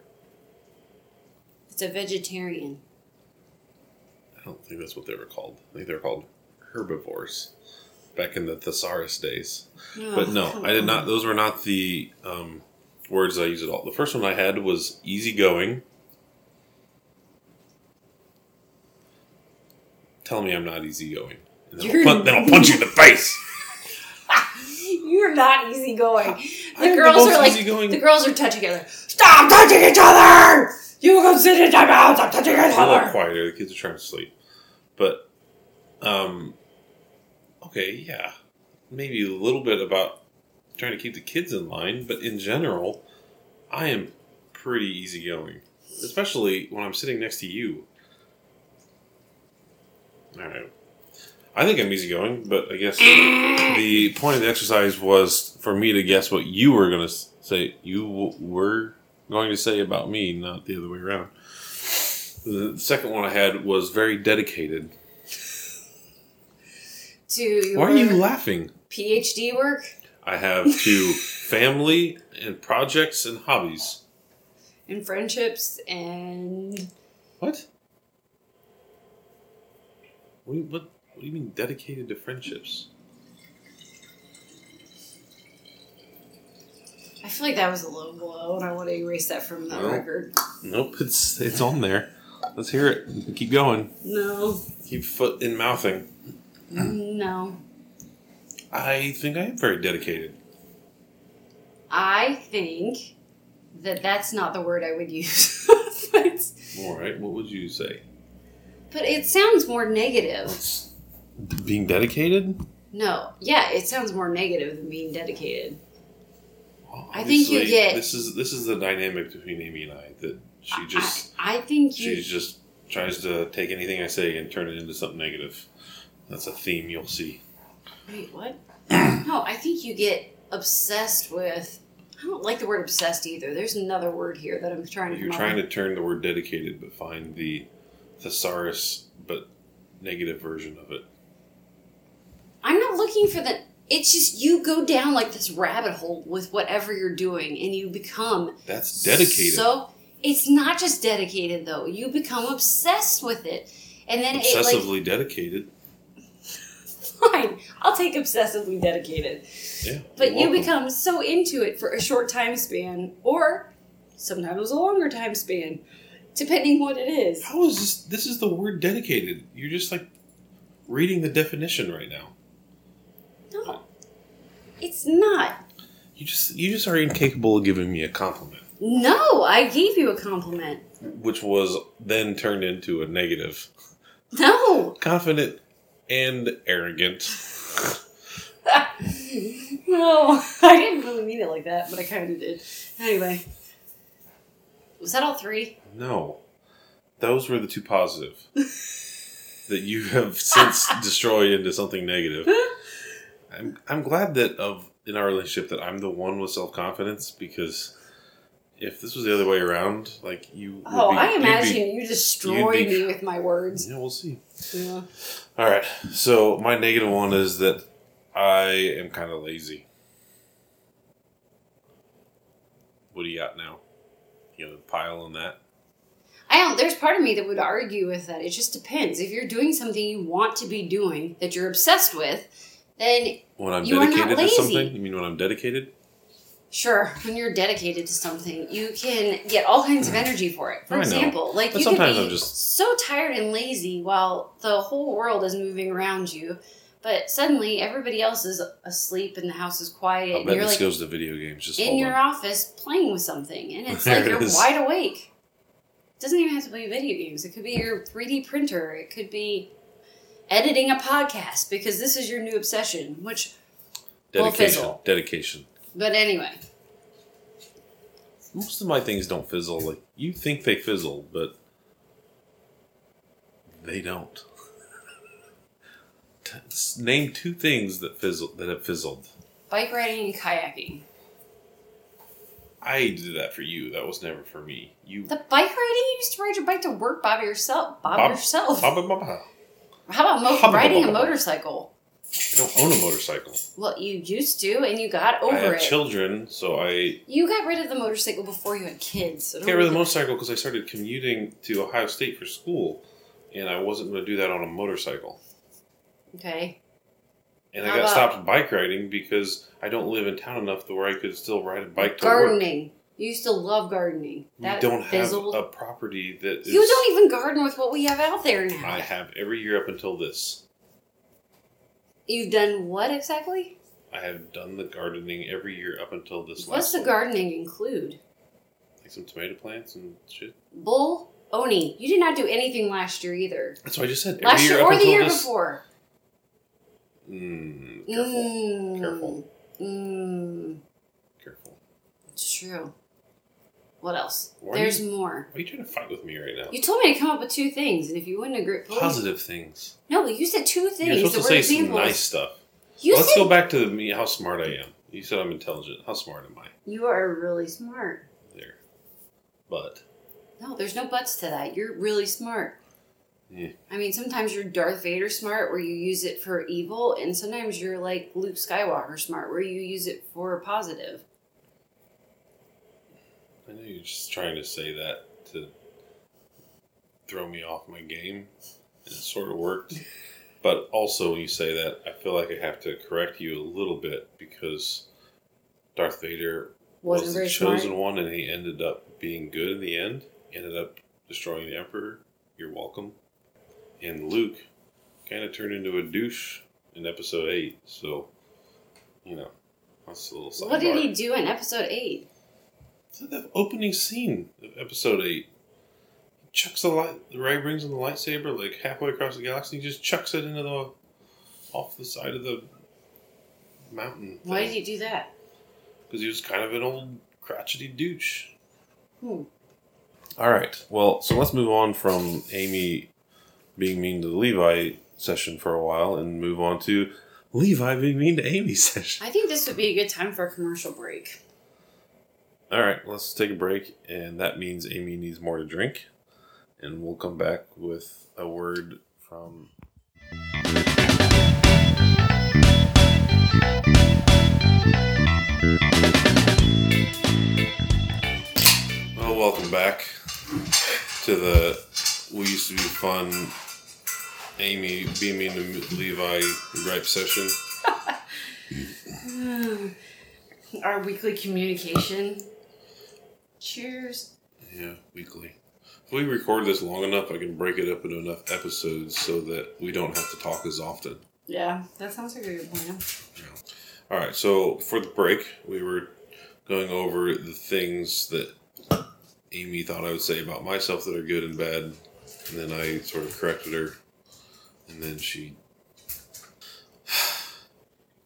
[SPEAKER 3] it's a vegetarian.
[SPEAKER 1] I don't think that's what they were called. I think they were called herbivores back in the thesaurus days. But
[SPEAKER 3] Oh,
[SPEAKER 1] no,
[SPEAKER 3] come
[SPEAKER 1] I did
[SPEAKER 3] on.
[SPEAKER 1] not. Those were not the um, words I used at all. The first one I had was easygoing. Tell me I'm not easygoing. And then, I'll
[SPEAKER 3] You're-
[SPEAKER 1] pun- then I'll punch you in the face.
[SPEAKER 3] You're not easygoing.
[SPEAKER 1] I'm
[SPEAKER 3] The
[SPEAKER 1] the
[SPEAKER 3] girls
[SPEAKER 1] most
[SPEAKER 3] are like
[SPEAKER 1] easygoing-
[SPEAKER 3] the girls are touching each other. Stop touching each other! You go sit in time out. Stop touching
[SPEAKER 1] It's
[SPEAKER 3] each
[SPEAKER 1] a little
[SPEAKER 3] other.
[SPEAKER 1] quieter. The kids are trying to sleep. But, um, okay, yeah. Maybe a little bit about trying to keep the kids in line, but in general, I am pretty easygoing. Especially when I'm sitting next to you. Alright. I think I'm easygoing, but I guess the point of the exercise was for me to guess what you were going to say. You w- were going to say about me, not the other way around. The second one I had was very dedicated.
[SPEAKER 3] To your
[SPEAKER 1] Why are you laughing?
[SPEAKER 3] PhD work
[SPEAKER 1] I have to family and projects and hobbies.
[SPEAKER 3] and friendships and
[SPEAKER 1] What? What do you, what, what do you mean dedicated to friendships?
[SPEAKER 3] I feel like that was a low blow and I want to erase that from the
[SPEAKER 1] Well.
[SPEAKER 3] record.
[SPEAKER 1] Nope, it's it's on there. Let's hear it. Keep going.
[SPEAKER 3] No,
[SPEAKER 1] Keep foot in mouthing.
[SPEAKER 3] no.
[SPEAKER 1] I think I am very dedicated.
[SPEAKER 3] I think that that's not the word I would use. but,
[SPEAKER 1] All right, what would you say?
[SPEAKER 3] but it sounds more negative.
[SPEAKER 1] Being dedicated?
[SPEAKER 3] No, yeah, it sounds more negative than being dedicated.
[SPEAKER 1] Well,
[SPEAKER 3] I think you
[SPEAKER 1] obviously,
[SPEAKER 3] get-
[SPEAKER 1] this is this is the dynamic between Amy and I that she just
[SPEAKER 3] I, I think you
[SPEAKER 1] She just tries to take anything I say and turn it into something negative. That's a theme you'll see.
[SPEAKER 3] Wait, what? no, I think you get obsessed with. I don't like the word obsessed either. There's another word here that I'm trying to.
[SPEAKER 1] You're trying to turn the word dedicated, but find the thesaurus, but negative version of it.
[SPEAKER 3] I'm not looking for the. It's just you go down like this rabbit hole with whatever you're doing, and you become
[SPEAKER 1] That's dedicated.
[SPEAKER 3] So it's not just dedicated though. You become obsessed with it, and then it like
[SPEAKER 1] Obsessively dedicated.
[SPEAKER 3] fine. I'll take obsessively dedicated.
[SPEAKER 1] Yeah.
[SPEAKER 3] But
[SPEAKER 1] you're
[SPEAKER 3] you
[SPEAKER 1] welcome.
[SPEAKER 3] become so into it for a short time span, or sometimes a longer time span, depending what it is.
[SPEAKER 1] How is this? This is the word dedicated. You're just like reading the definition right now.
[SPEAKER 3] No, it's not.
[SPEAKER 1] You just you just are incapable of giving me a compliment,
[SPEAKER 3] No, I gave you a compliment.
[SPEAKER 1] which was then turned into a negative.
[SPEAKER 3] No.
[SPEAKER 1] Confident and arrogant.
[SPEAKER 3] no, I didn't really mean it like that, but I kind of did. Anyway, was that all three?
[SPEAKER 1] No. Those were the two positive that you have since destroyed into something negative. I'm, I'm glad that of in our relationship that I'm the one with self confidence because if this was the other way around, like you. would
[SPEAKER 3] Oh,
[SPEAKER 1] be-
[SPEAKER 3] I
[SPEAKER 1] you'd be-
[SPEAKER 3] imagine you destroy
[SPEAKER 1] you'd be-
[SPEAKER 3] me with my words.
[SPEAKER 1] Yeah, we'll see.
[SPEAKER 3] Yeah.
[SPEAKER 1] All right. So my negative one is that I am kind of lazy. What do you got now? You gonna pile on that?
[SPEAKER 3] I don't. There's part of me that would argue with that. It just depends. If you're doing something you want to be doing that you're obsessed with, then
[SPEAKER 1] When I'm
[SPEAKER 3] You are not
[SPEAKER 1] dedicated to
[SPEAKER 3] lazy.
[SPEAKER 1] something? You mean when I'm dedicated?
[SPEAKER 3] sure, when you're dedicated to something, you can get all kinds of energy for it. For
[SPEAKER 1] Mm. I know.
[SPEAKER 3] example, like
[SPEAKER 1] But
[SPEAKER 3] you could
[SPEAKER 1] sometimes
[SPEAKER 3] be
[SPEAKER 1] I'm just-
[SPEAKER 3] so tired and lazy while the whole world is moving around you, but suddenly everybody else is asleep and the house is quiet,
[SPEAKER 1] I'll
[SPEAKER 3] and
[SPEAKER 1] bet
[SPEAKER 3] you're
[SPEAKER 1] this
[SPEAKER 3] like
[SPEAKER 1] goes to video games. Just
[SPEAKER 3] in
[SPEAKER 1] hold
[SPEAKER 3] your
[SPEAKER 1] on.
[SPEAKER 3] office playing with something, and it's
[SPEAKER 1] There
[SPEAKER 3] like
[SPEAKER 1] it
[SPEAKER 3] you're
[SPEAKER 1] is.
[SPEAKER 3] wide awake. It doesn't even have to be video games. It could be your 3D printer. It could be editing a podcast because this is your new obsession. Which, will
[SPEAKER 1] Dedication.
[SPEAKER 3] fizzle.
[SPEAKER 1] dedication.
[SPEAKER 3] but anyway,
[SPEAKER 1] Most of my things don't fizzle. Like you think they fizzle, but they don't. T- s- Name two things that fizzle that have fizzled.
[SPEAKER 3] bike riding and kayaking.
[SPEAKER 1] I did that for you. That was never for me. You
[SPEAKER 3] The bike riding you used to ride your bike to work by yourself. Bob,
[SPEAKER 1] Bob-
[SPEAKER 3] yourself.
[SPEAKER 1] Bah, bah, bah, bah.
[SPEAKER 3] How about mo-
[SPEAKER 1] Hubba
[SPEAKER 3] riding a
[SPEAKER 1] bubba.
[SPEAKER 3] motorcycle?
[SPEAKER 1] I don't own a motorcycle.
[SPEAKER 3] Well, you used to, and you got
[SPEAKER 1] I have
[SPEAKER 3] over it.
[SPEAKER 1] children, so I
[SPEAKER 3] you got rid of the motorcycle before you had kids. so don't
[SPEAKER 1] got rid of the
[SPEAKER 3] really-
[SPEAKER 1] motorcycle because I started commuting to Ohio State for school, and I wasn't going to do that on a motorcycle.
[SPEAKER 3] Okay.
[SPEAKER 1] And I
[SPEAKER 3] How
[SPEAKER 1] got
[SPEAKER 3] about-
[SPEAKER 1] stopped bike riding because I don't live in town enough to where I could still ride a bike to work.
[SPEAKER 3] gardening. You used to love gardening.
[SPEAKER 1] We
[SPEAKER 3] That
[SPEAKER 1] don't
[SPEAKER 3] fizzled.
[SPEAKER 1] have a property that is.
[SPEAKER 3] You don't even garden with what we have out there now.
[SPEAKER 1] I have every year up until this.
[SPEAKER 3] You've done what exactly?
[SPEAKER 1] I have done the gardening every year up until this last.
[SPEAKER 3] What's the gardening include?
[SPEAKER 1] like some tomato plants and shit.
[SPEAKER 3] Bull, Oni. You did not do anything last year either.
[SPEAKER 1] That's what I just said. Every
[SPEAKER 3] last
[SPEAKER 1] year
[SPEAKER 3] year
[SPEAKER 1] up
[SPEAKER 3] or the
[SPEAKER 1] until
[SPEAKER 3] year
[SPEAKER 1] this.
[SPEAKER 3] before.
[SPEAKER 1] Mm, careful,
[SPEAKER 3] Mm.
[SPEAKER 1] Careful.
[SPEAKER 3] Mm.
[SPEAKER 1] careful.
[SPEAKER 3] It's true. What else?
[SPEAKER 1] Why are
[SPEAKER 3] There's
[SPEAKER 1] you-
[SPEAKER 3] more.
[SPEAKER 1] Why are you trying to fight with me right now?
[SPEAKER 3] You told me to come up with two things, and if you wouldn't agree,
[SPEAKER 1] Positive things.
[SPEAKER 3] No, but you said two
[SPEAKER 1] You're
[SPEAKER 3] things
[SPEAKER 1] supposed to
[SPEAKER 3] that were
[SPEAKER 1] say
[SPEAKER 3] examples.
[SPEAKER 1] some nice stuff.
[SPEAKER 3] You
[SPEAKER 1] Let's
[SPEAKER 3] said
[SPEAKER 1] go back to me. How smart I am. You said I'm intelligent. How smart am I?
[SPEAKER 3] you are really smart.
[SPEAKER 1] There, but
[SPEAKER 3] No, there's no buts to that. You're really smart.
[SPEAKER 1] Yeah.
[SPEAKER 3] I mean, sometimes you're Darth Vader smart, where you use it for evil, and sometimes you're like Luke Skywalker smart, where you use it for positive.
[SPEAKER 1] I know you're just trying to say that to throw me off my game, and it sort of worked. But also, when you say that, I feel like I have to correct you a little bit because Darth Vader
[SPEAKER 3] Wasn't
[SPEAKER 1] was the
[SPEAKER 3] very
[SPEAKER 1] chosen
[SPEAKER 3] smart.
[SPEAKER 1] one, and he ended up being good in the end. He ended up destroying the Emperor. You're welcome. And Luke kind of turned into a douche in Episode Eight, so you know that's a little.
[SPEAKER 3] What did
[SPEAKER 1] sidebar.
[SPEAKER 3] he do in episode eight?
[SPEAKER 1] So the opening scene of episode eight. He chucks the light the ray brings on the lightsaber like halfway across the galaxy, he just chucks it into the off the side of the mountain.
[SPEAKER 3] Why did he do that?
[SPEAKER 1] Because he was kind of an old crotchety douche.
[SPEAKER 3] Hmm.
[SPEAKER 1] Alright. Well, so let's move on from Amy being mean to the Levi session for a while and move on to Levi being mean to Amy session.
[SPEAKER 3] I think this would be a good time for a commercial break.
[SPEAKER 1] All right, let's take a break, and that means Amy needs more to drink, and we'll come back with a word from. Well, welcome back to the "We Used to Be Fun." Amy beaming to Levi gripe session.
[SPEAKER 3] Our weekly communication. Cheers.
[SPEAKER 1] Yeah, weekly. If we record this long enough, I can break it up into enough episodes so that we don't have to talk as often.
[SPEAKER 3] Yeah, that sounds like a good plan.
[SPEAKER 1] All right, so for the break, we were going over the things that Amy thought I would say about myself that are good and bad, and then I sort of corrected her, and then she.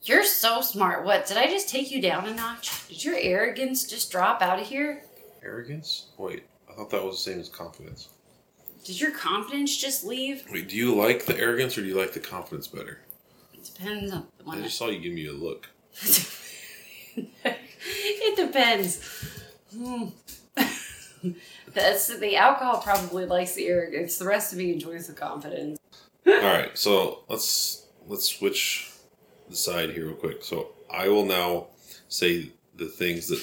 [SPEAKER 3] You're so smart. What? Did I just take you down a notch? Did your arrogance just drop out of here?
[SPEAKER 1] Arrogance? Wait, I thought that was the same as confidence.
[SPEAKER 3] Did your confidence just leave?
[SPEAKER 1] Wait, do you like the arrogance or do you like the confidence better?
[SPEAKER 3] It depends on the
[SPEAKER 1] I
[SPEAKER 3] one.
[SPEAKER 1] just saw you give me a look.
[SPEAKER 3] it depends. Hmm. That's the alcohol probably likes the arrogance. The rest of me enjoys the confidence.
[SPEAKER 1] All right, so let's let's switch the side here real quick. So I will now say the things that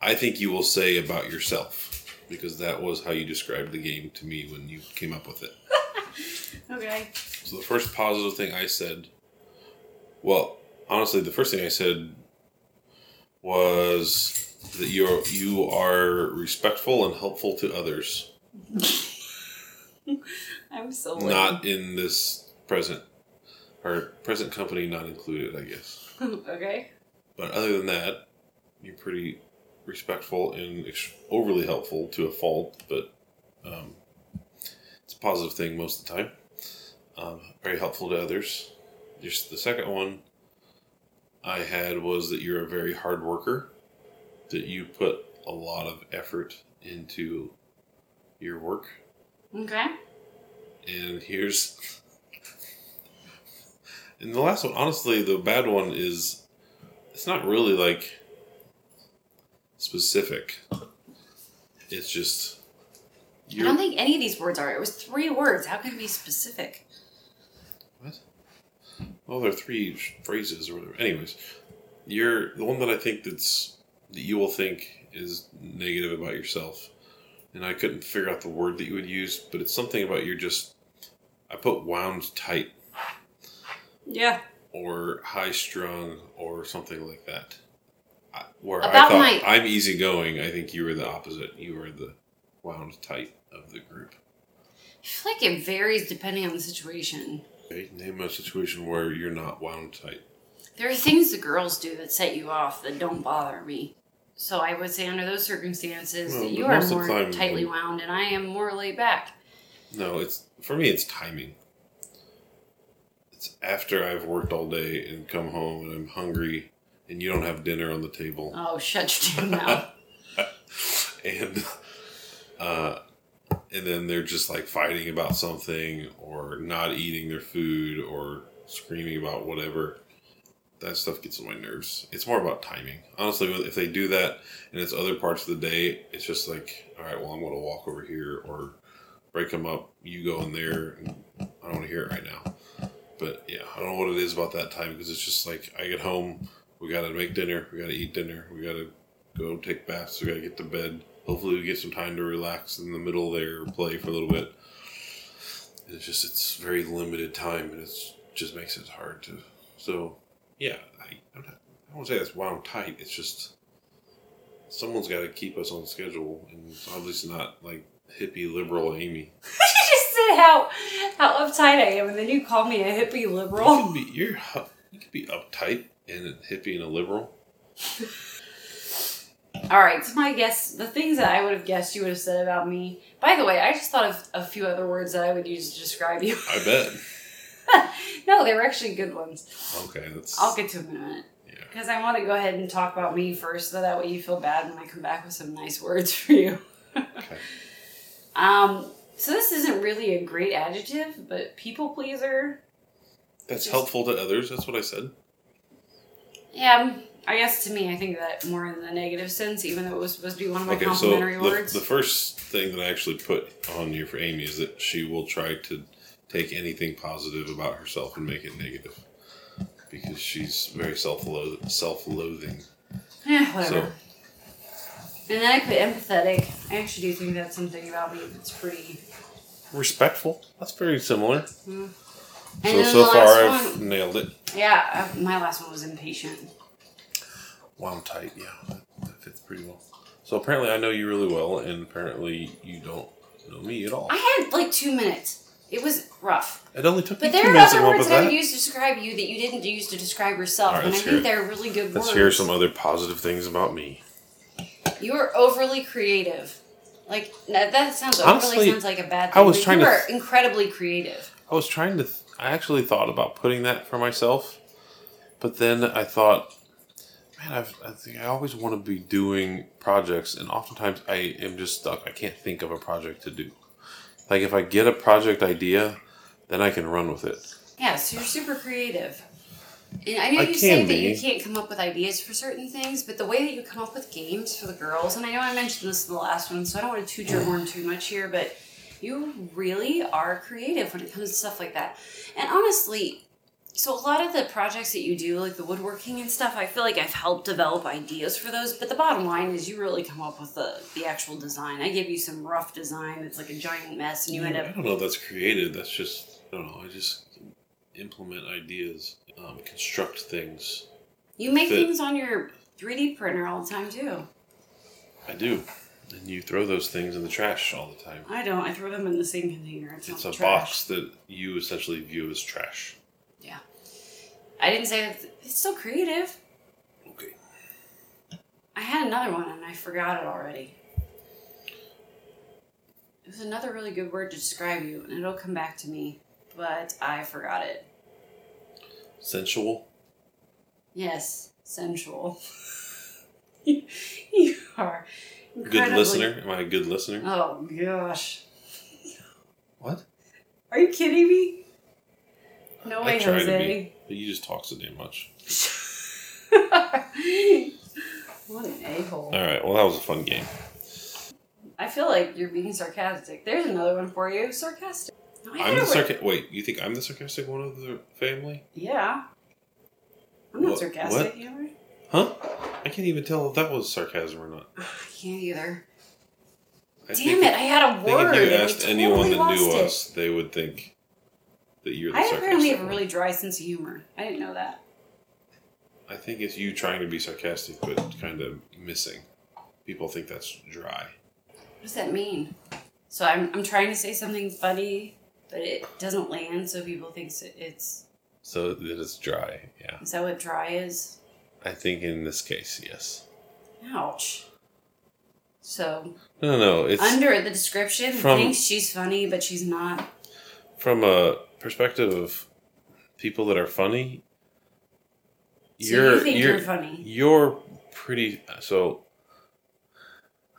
[SPEAKER 1] I think you will say about yourself because that was how you described the game to me when you came up with it.
[SPEAKER 3] Okay.
[SPEAKER 1] So the first positive thing I said, well, honestly, the first thing I said was that you're you are respectful and helpful to others,
[SPEAKER 3] I'm so lame.
[SPEAKER 1] not in this present or present company not included, I guess.
[SPEAKER 3] okay.
[SPEAKER 1] But other than that, you're pretty respectful and ex- overly helpful to a fault, but um, it's a positive thing most of the time. Um, very helpful to others. Just the second one I had was that you're a very hard worker, that you put a lot of effort into your work.
[SPEAKER 3] Okay.
[SPEAKER 1] And here's. And the last one, honestly, the bad one is it's not really like specific. It's just
[SPEAKER 3] I don't
[SPEAKER 1] you're
[SPEAKER 3] think any of these words are. It was three words. How can it be specific?
[SPEAKER 1] well, there are three sh- phrases or whatever. Anyways, you're the one that I think that's that you will think is negative about yourself, and I couldn't figure out the word that you would use, but it's something about you're just. I put wound tight
[SPEAKER 3] Yeah.
[SPEAKER 1] or high strung or something like that. I- Where I
[SPEAKER 3] About
[SPEAKER 1] thought
[SPEAKER 3] my-
[SPEAKER 1] I'm easygoing, I think you were the opposite. You were the wound tight of the group.
[SPEAKER 3] I feel like it varies depending on the situation.
[SPEAKER 1] Okay, name a situation where you're not wound tight.
[SPEAKER 3] There are things the girls do that set you off that don't bother me. So I would say under those circumstances
[SPEAKER 1] Well,
[SPEAKER 3] that you
[SPEAKER 1] but
[SPEAKER 3] are
[SPEAKER 1] most of the
[SPEAKER 3] more
[SPEAKER 1] time-
[SPEAKER 3] tightly wound and I am more laid back.
[SPEAKER 1] No, it's for me. It's timing. It's after I've worked all day and come home and I'm hungry and you don't have dinner on the table.
[SPEAKER 3] Oh, shut your damn mouth.
[SPEAKER 1] and uh, and then they're just like fighting about something or not eating their food or screaming about whatever. That stuff gets on my nerves. It's more about timing, honestly. when- If they do that and it's other parts of the day, it's just like, all right, well, I'm going to walk over here or break them up. You go in there. And I don't want to hear it right now. But yeah, I don't know what it is about that time because it's just like I get home, we got to make dinner, we got to eat dinner, we got to go take baths. We gotta get to bed. Hopefully, we get some time to relax in the middle there, play for a little bit. And it's just it's very limited time, and it's just makes it hard to. So, yeah, I I'm not, I won't say that's wound tight. It's just someone's got to keep us on schedule, and it's obviously not like hippie liberal Amy.
[SPEAKER 3] you just said how how uptight I am, and then you call me a hippie
[SPEAKER 1] You
[SPEAKER 3] liberal.
[SPEAKER 1] can be you're hu- you could be uptight and a hippie and a liberal.
[SPEAKER 3] All right, so my guess, the things that I would have guessed you would have said about me. By the way, I just thought of a few other words that I would use to describe you.
[SPEAKER 1] I bet.
[SPEAKER 3] no, they were actually good ones.
[SPEAKER 1] Okay, that's
[SPEAKER 3] I'll get to them in a minute
[SPEAKER 1] yeah.
[SPEAKER 3] because I want to go ahead and talk about me first, so that way you feel bad when I come back with some nice words for you.
[SPEAKER 1] Okay.
[SPEAKER 3] Um, so this isn't really a great adjective, but people pleaser.
[SPEAKER 1] That's
[SPEAKER 3] Just-
[SPEAKER 1] helpful to others. That's what I said.
[SPEAKER 3] Yeah, um, I guess to me, I think that more in the negative sense, even though it was supposed to be one of my complimentary
[SPEAKER 1] the,
[SPEAKER 3] words.
[SPEAKER 1] The first thing that I actually put on here for Amy is that she will try to take anything positive about herself and make it negative because she's very self-loath- self-loathing.
[SPEAKER 3] Yeah, whatever. And then I put empathetic. I actually do think that's something about me that's pretty.
[SPEAKER 1] Respectful. That's very similar.
[SPEAKER 3] And
[SPEAKER 1] so
[SPEAKER 3] then
[SPEAKER 1] so
[SPEAKER 3] the
[SPEAKER 1] far
[SPEAKER 3] last
[SPEAKER 1] I've
[SPEAKER 3] one,
[SPEAKER 1] nailed it.
[SPEAKER 3] yeah, I, my last one was impatient.
[SPEAKER 1] Wow, I'm tight. Yeah, that, that fits pretty well. So apparently I know you really well, and apparently you don't know me at all.
[SPEAKER 3] I had like two minutes. It was rough,
[SPEAKER 1] It only took me
[SPEAKER 3] but
[SPEAKER 1] two
[SPEAKER 3] there are
[SPEAKER 1] minutes to
[SPEAKER 3] other
[SPEAKER 1] come up
[SPEAKER 3] words
[SPEAKER 1] with
[SPEAKER 3] that I would
[SPEAKER 1] that.
[SPEAKER 3] use to describe you that you didn't use to describe yourself,
[SPEAKER 1] All right,
[SPEAKER 3] and I
[SPEAKER 1] let's hear
[SPEAKER 3] think they're really good
[SPEAKER 1] Let's
[SPEAKER 3] words.
[SPEAKER 1] hear some other positive things about me.
[SPEAKER 3] You are overly creative. Like no, that sounds
[SPEAKER 1] Honestly,
[SPEAKER 3] overly sounds like a bad
[SPEAKER 1] I
[SPEAKER 3] thing.
[SPEAKER 1] was
[SPEAKER 3] but
[SPEAKER 1] trying
[SPEAKER 3] you
[SPEAKER 1] to-
[SPEAKER 3] are incredibly creative.
[SPEAKER 1] I was trying to. Th- I actually thought about putting that for myself, but then I thought, man, I've, I think I always want to be doing projects, and oftentimes I am just stuck. I can't think of a project to do. Like if I get a project idea, then I can run with it.
[SPEAKER 3] Yes, you're super creative. And I know
[SPEAKER 1] I
[SPEAKER 3] you
[SPEAKER 1] can be.
[SPEAKER 3] say that you can't come up with ideas for certain things, but the way that you come up with games for the girls, and I know I mentioned this in the last one, so I don't want to toot your horn too much here, but you really are creative when it comes to stuff like that. And honestly, so a lot of the projects that you do, like the woodworking and stuff, I feel like I've helped develop ideas for those. But the bottom line is, you really come up with the the actual design. I give you some rough design that's like a giant mess, and you end
[SPEAKER 1] I
[SPEAKER 3] up
[SPEAKER 1] don't know if that's created. That's just I don't know. I just implement ideas, um, construct things.
[SPEAKER 3] You make
[SPEAKER 1] Fit.
[SPEAKER 3] things on your 3D printer all the time too.
[SPEAKER 1] I do, and you throw those things in the trash all the time.
[SPEAKER 3] I don't. I throw them in the same container. It's,
[SPEAKER 1] It's
[SPEAKER 3] not
[SPEAKER 1] a
[SPEAKER 3] trash.
[SPEAKER 1] box that you essentially view as trash.
[SPEAKER 3] I didn't say that. It's so creative.
[SPEAKER 1] Okay.
[SPEAKER 3] I had another one and I forgot it already. It was another really good word to describe you, and it'll come back to me, but I forgot it.
[SPEAKER 1] Sensual.
[SPEAKER 3] Yes, sensual. you are
[SPEAKER 1] Good
[SPEAKER 3] incredibly-
[SPEAKER 1] listener. Am I a good listener?
[SPEAKER 3] Oh gosh,
[SPEAKER 1] What?
[SPEAKER 3] are you kidding me? No
[SPEAKER 1] I
[SPEAKER 3] way,
[SPEAKER 1] try to
[SPEAKER 3] Jose.
[SPEAKER 1] be. But you just talk so damn much.
[SPEAKER 3] what an a hole.
[SPEAKER 1] All right. Well, that was a fun game.
[SPEAKER 3] I feel like you're being sarcastic. There's another one for you. Sarcastic. No,
[SPEAKER 1] I'm the
[SPEAKER 3] I thought it was-
[SPEAKER 1] sarcastic. Wait, you think I'm the sarcastic one of the family?
[SPEAKER 3] Yeah. I'm not
[SPEAKER 1] What-
[SPEAKER 3] sarcastic,
[SPEAKER 1] what?
[SPEAKER 3] am I?
[SPEAKER 1] Huh? I can't even tell if that was sarcasm or not.
[SPEAKER 3] Ugh, I can't either.
[SPEAKER 1] I
[SPEAKER 3] Damn it, I had a
[SPEAKER 1] I think if
[SPEAKER 3] word. and
[SPEAKER 1] you
[SPEAKER 3] we
[SPEAKER 1] asked anyone
[SPEAKER 3] totally
[SPEAKER 1] that knew
[SPEAKER 3] lost it.
[SPEAKER 1] us, they would think that you're the
[SPEAKER 3] I apparently
[SPEAKER 1] sarcastic.
[SPEAKER 3] have a
[SPEAKER 1] one.
[SPEAKER 3] really dry sense of humor. I didn't know that.
[SPEAKER 1] I think it's you trying to be sarcastic, but kind of missing. People think that's dry.
[SPEAKER 3] What does that mean? So I'm, I'm trying to say something funny, but it doesn't land, so people think s- it's.
[SPEAKER 1] So that it's dry. Yeah,
[SPEAKER 3] Is that what dry is?
[SPEAKER 1] I think in this case, yes.
[SPEAKER 3] Ouch. So
[SPEAKER 1] No, no, it's
[SPEAKER 3] under the description
[SPEAKER 1] From-
[SPEAKER 3] thinks she's funny but she's not
[SPEAKER 1] from a perspective of people that are funny.
[SPEAKER 3] so
[SPEAKER 1] you're
[SPEAKER 3] you think
[SPEAKER 1] you're
[SPEAKER 3] you're, funny
[SPEAKER 1] you're pretty so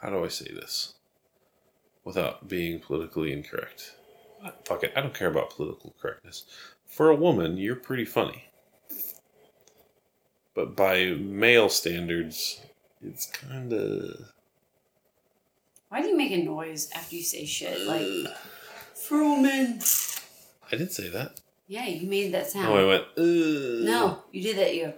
[SPEAKER 1] how do i say this without being politically incorrect fuck it i don't care about political correctness for a woman you're pretty funny but by male standards it's kind of
[SPEAKER 3] why do you make a noise after you say shit
[SPEAKER 1] Uh,
[SPEAKER 3] like Fruman.
[SPEAKER 1] i didn't say that
[SPEAKER 3] yeah you made that sound
[SPEAKER 1] no i went Ugh.
[SPEAKER 3] no you did that you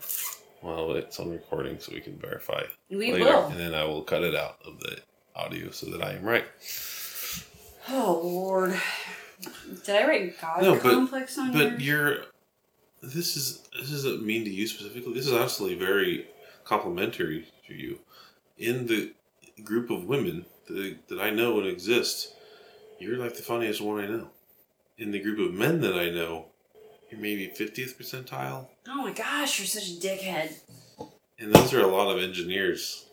[SPEAKER 1] well it's on recording so we can verify
[SPEAKER 3] we
[SPEAKER 1] later
[SPEAKER 3] will
[SPEAKER 1] and then i will cut it out of the audio so that i am right
[SPEAKER 3] oh lord did i write god
[SPEAKER 1] No, but-
[SPEAKER 3] complex on
[SPEAKER 1] But
[SPEAKER 3] your
[SPEAKER 1] you're. This is this isn't mean to you specifically. This is honestly very complimentary to you. In the group of women that, that I know and exist, you're like the funniest one I know. In the group of men that I know, you're maybe fiftieth percentile,
[SPEAKER 3] oh my gosh you're such a dickhead
[SPEAKER 1] and those are a lot of engineers.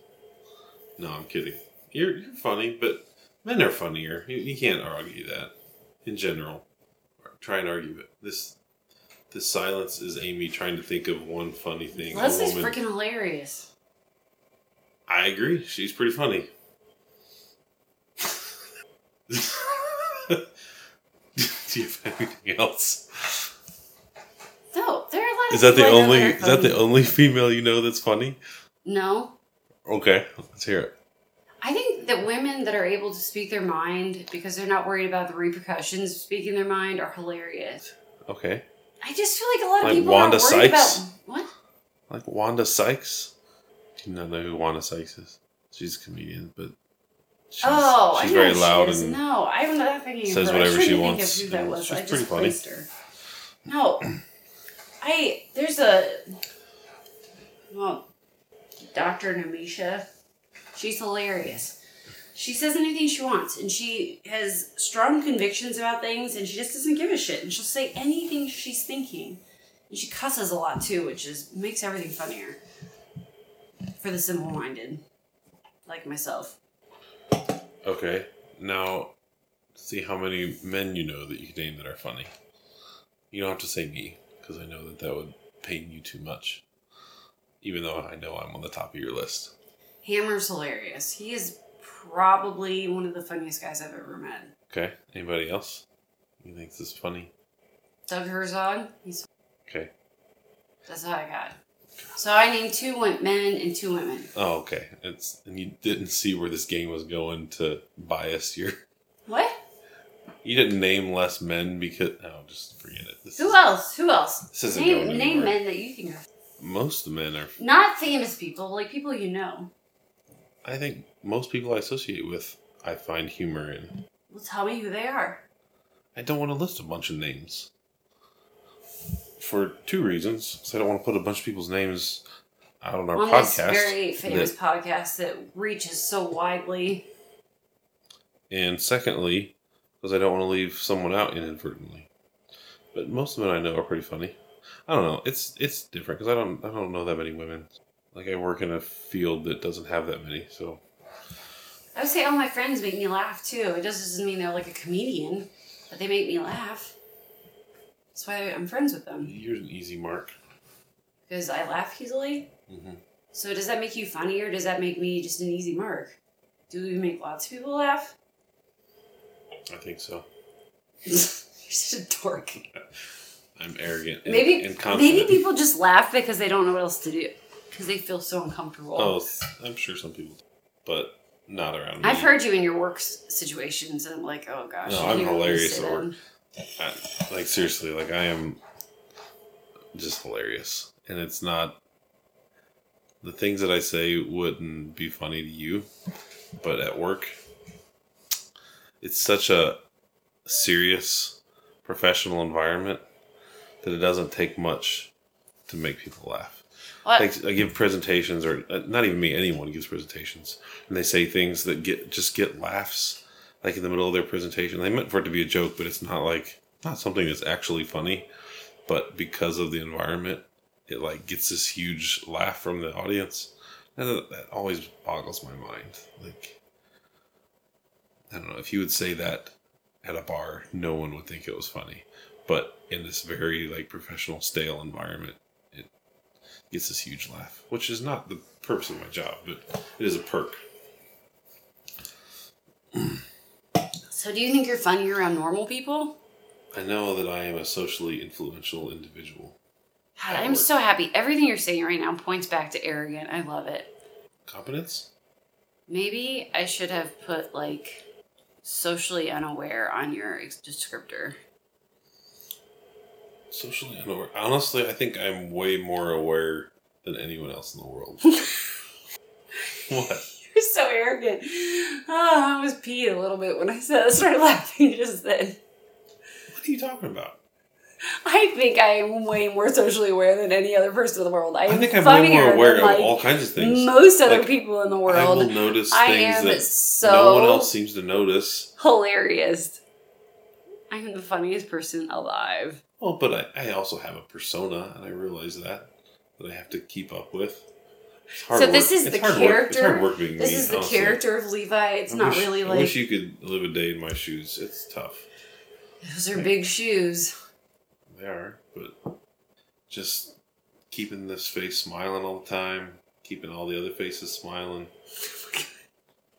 [SPEAKER 1] No, I'm kidding. You're you're funny, but men are funnier. You, you can't argue that in general. Try and argue it. This this silence is Amy trying to think of one funny thing. A
[SPEAKER 3] leslie's
[SPEAKER 1] woman-
[SPEAKER 3] freaking hilarious
[SPEAKER 1] I agree. She's pretty funny. Do you have anything else?
[SPEAKER 3] no there are a lot of
[SPEAKER 1] Is that the
[SPEAKER 3] people I know
[SPEAKER 1] only?
[SPEAKER 3] are
[SPEAKER 1] Is that the
[SPEAKER 3] funny.
[SPEAKER 1] only female you know that's funny?
[SPEAKER 3] no
[SPEAKER 1] Okay, let's hear it.
[SPEAKER 3] I think that women that are able to speak their mind because they're not worried about the repercussions of speaking their mind are hilarious.
[SPEAKER 1] Okay,
[SPEAKER 3] I just feel like a lot of
[SPEAKER 1] Like
[SPEAKER 3] people
[SPEAKER 1] Wanda
[SPEAKER 3] are worried
[SPEAKER 1] Sykes?
[SPEAKER 3] about what?
[SPEAKER 1] like Wanda Sykes. Do you not know who Wanda Sykes is? She's a comedian, but she's,
[SPEAKER 3] oh,
[SPEAKER 1] she's
[SPEAKER 3] I know
[SPEAKER 1] very
[SPEAKER 3] who she
[SPEAKER 1] loud
[SPEAKER 3] is.
[SPEAKER 1] and
[SPEAKER 3] no, I'm not thinking of
[SPEAKER 1] says
[SPEAKER 3] her.
[SPEAKER 1] whatever
[SPEAKER 3] I was
[SPEAKER 1] she
[SPEAKER 3] trying to
[SPEAKER 1] wants,
[SPEAKER 3] Think of who that
[SPEAKER 1] and
[SPEAKER 3] was.
[SPEAKER 1] she's
[SPEAKER 3] I just
[SPEAKER 1] pretty funny.
[SPEAKER 3] placed her. No, I there's a well, Doctor Namisha. She's hilarious. She says anything she wants, and she has strong convictions about things, and she just doesn't give a shit, and she'll say anything she's thinking. And she cusses a lot too, which is makes everything funnier for the simple-minded, like myself.
[SPEAKER 1] okay. Now, see how many men you know that you can name that are funny. You don't have to say me because I know that that would pain you too much. Even though I know I'm on the top of your list.
[SPEAKER 3] Hammer's hilarious. He is probably one of the funniest guys I've ever met.
[SPEAKER 1] Okay. Anybody else? You think this is funny?
[SPEAKER 3] Doug Herzog, he's
[SPEAKER 1] Okay.
[SPEAKER 3] That's all I got. So I named two wo- men and two women.
[SPEAKER 1] Oh, okay. It's and you didn't see where this game was going to bias your.
[SPEAKER 3] What?
[SPEAKER 1] You didn't name less men because oh, just forget it. This
[SPEAKER 3] Who
[SPEAKER 1] is-
[SPEAKER 3] else? Who else?
[SPEAKER 1] This isn't
[SPEAKER 3] Name,
[SPEAKER 1] going
[SPEAKER 3] name
[SPEAKER 1] anywhere.
[SPEAKER 3] men that you think are
[SPEAKER 1] Most of the men are.
[SPEAKER 3] not famous people, like people you know.
[SPEAKER 1] I think most people I associate with, I find humor in.
[SPEAKER 3] Well, tell me who they are.
[SPEAKER 1] I don't want to list a bunch of names. For two reasons, because I don't want to put a bunch of people's names out on our
[SPEAKER 3] On
[SPEAKER 1] podcast.
[SPEAKER 3] this very famous podcast that reaches so widely.
[SPEAKER 1] and secondly, because I don't want to leave someone out inadvertently. But most of them I know are pretty funny. I don't know. It's it's different because I don't I don't know that many women. Like I work in a field that doesn't have that many, so
[SPEAKER 3] I would say all my friends make me laugh too. It just doesn't mean they're like a comedian, but they make me laugh. That's why I'm friends with them
[SPEAKER 1] you're an easy mark.
[SPEAKER 3] because I laugh easily.
[SPEAKER 1] hmm
[SPEAKER 3] So does that make you funny or does that make me just an easy mark? Do we make lots of people laugh?
[SPEAKER 1] I think so.
[SPEAKER 3] You're such a dork.
[SPEAKER 1] I'm arrogant. And,
[SPEAKER 3] Maybe
[SPEAKER 1] and confident.
[SPEAKER 3] maybe people just laugh because they don't know what else to do because they feel so uncomfortable.
[SPEAKER 1] Oh, s- I'm sure some people, do, but not around me.
[SPEAKER 3] I've heard you in your work s- situations, and I'm like, oh gosh.
[SPEAKER 1] No,
[SPEAKER 3] you
[SPEAKER 1] I'm
[SPEAKER 3] can't really
[SPEAKER 1] hilarious
[SPEAKER 3] sit
[SPEAKER 1] at work.
[SPEAKER 3] in.
[SPEAKER 1] I, like seriously, like I am just hilarious, and it's not the things that I say wouldn't be funny to you, but at work, it's such a serious professional environment that it doesn't take much to make people laugh.
[SPEAKER 3] What?
[SPEAKER 1] Like I give presentations, or uh, not even me, anyone gives presentations, and they say things that get just get laughs, like in the middle of their presentation. They meant for it to be a joke, but it's not like not something that's actually funny. But because of the environment, it like gets this huge laugh from the audience, and that, that always boggles my mind. Like I don't know if you would say that at a bar, no one would think it was funny, but in this very like professional, stale environment gets this huge laugh, which is not the purpose of my job, but it is a perk.
[SPEAKER 3] so do you think you're funny around normal people?
[SPEAKER 1] I know that I am a socially influential individual.
[SPEAKER 3] God,
[SPEAKER 1] At
[SPEAKER 3] I'm
[SPEAKER 1] work.
[SPEAKER 3] so happy. Everything you're saying right now points back to arrogant. I love it.
[SPEAKER 1] Competence?
[SPEAKER 3] Maybe I should have put like socially unaware on your ex- descriptor.
[SPEAKER 1] Socially unaware. Honestly, I think I'm way more aware than anyone else in the world. what?
[SPEAKER 3] You're so arrogant. Oh, I was peed a little bit when I said started laughing just then.
[SPEAKER 1] What are you talking about?
[SPEAKER 3] I think I am way more socially aware than any other person in the world. I,
[SPEAKER 1] I,
[SPEAKER 3] am
[SPEAKER 1] think I'm way more
[SPEAKER 3] funnier
[SPEAKER 1] aware
[SPEAKER 3] than,
[SPEAKER 1] of
[SPEAKER 3] like,
[SPEAKER 1] all kinds of things.
[SPEAKER 3] most other
[SPEAKER 1] Like,
[SPEAKER 3] people in the
[SPEAKER 1] I will
[SPEAKER 3] world.
[SPEAKER 1] notice
[SPEAKER 3] I,
[SPEAKER 1] things
[SPEAKER 3] am
[SPEAKER 1] that
[SPEAKER 3] so
[SPEAKER 1] no one else seems to notice.
[SPEAKER 3] hilarious. I am the funniest person alive.
[SPEAKER 1] Well, but I, I also have a persona, and I realize that that I have to keep up with. It's hard
[SPEAKER 3] So this
[SPEAKER 1] work.
[SPEAKER 3] is
[SPEAKER 1] It's
[SPEAKER 3] the
[SPEAKER 1] hard work. It's hard
[SPEAKER 3] character-
[SPEAKER 1] work being
[SPEAKER 3] This
[SPEAKER 1] me,
[SPEAKER 3] is the
[SPEAKER 1] honestly.
[SPEAKER 3] character of Levi. It's
[SPEAKER 1] I
[SPEAKER 3] not
[SPEAKER 1] wish-
[SPEAKER 3] really
[SPEAKER 1] I
[SPEAKER 3] like
[SPEAKER 1] wish you could live a day in my shoes. It's tough.
[SPEAKER 3] those are big shoes.
[SPEAKER 1] They are, but just keeping this face smiling all the time, keeping all the other faces smiling.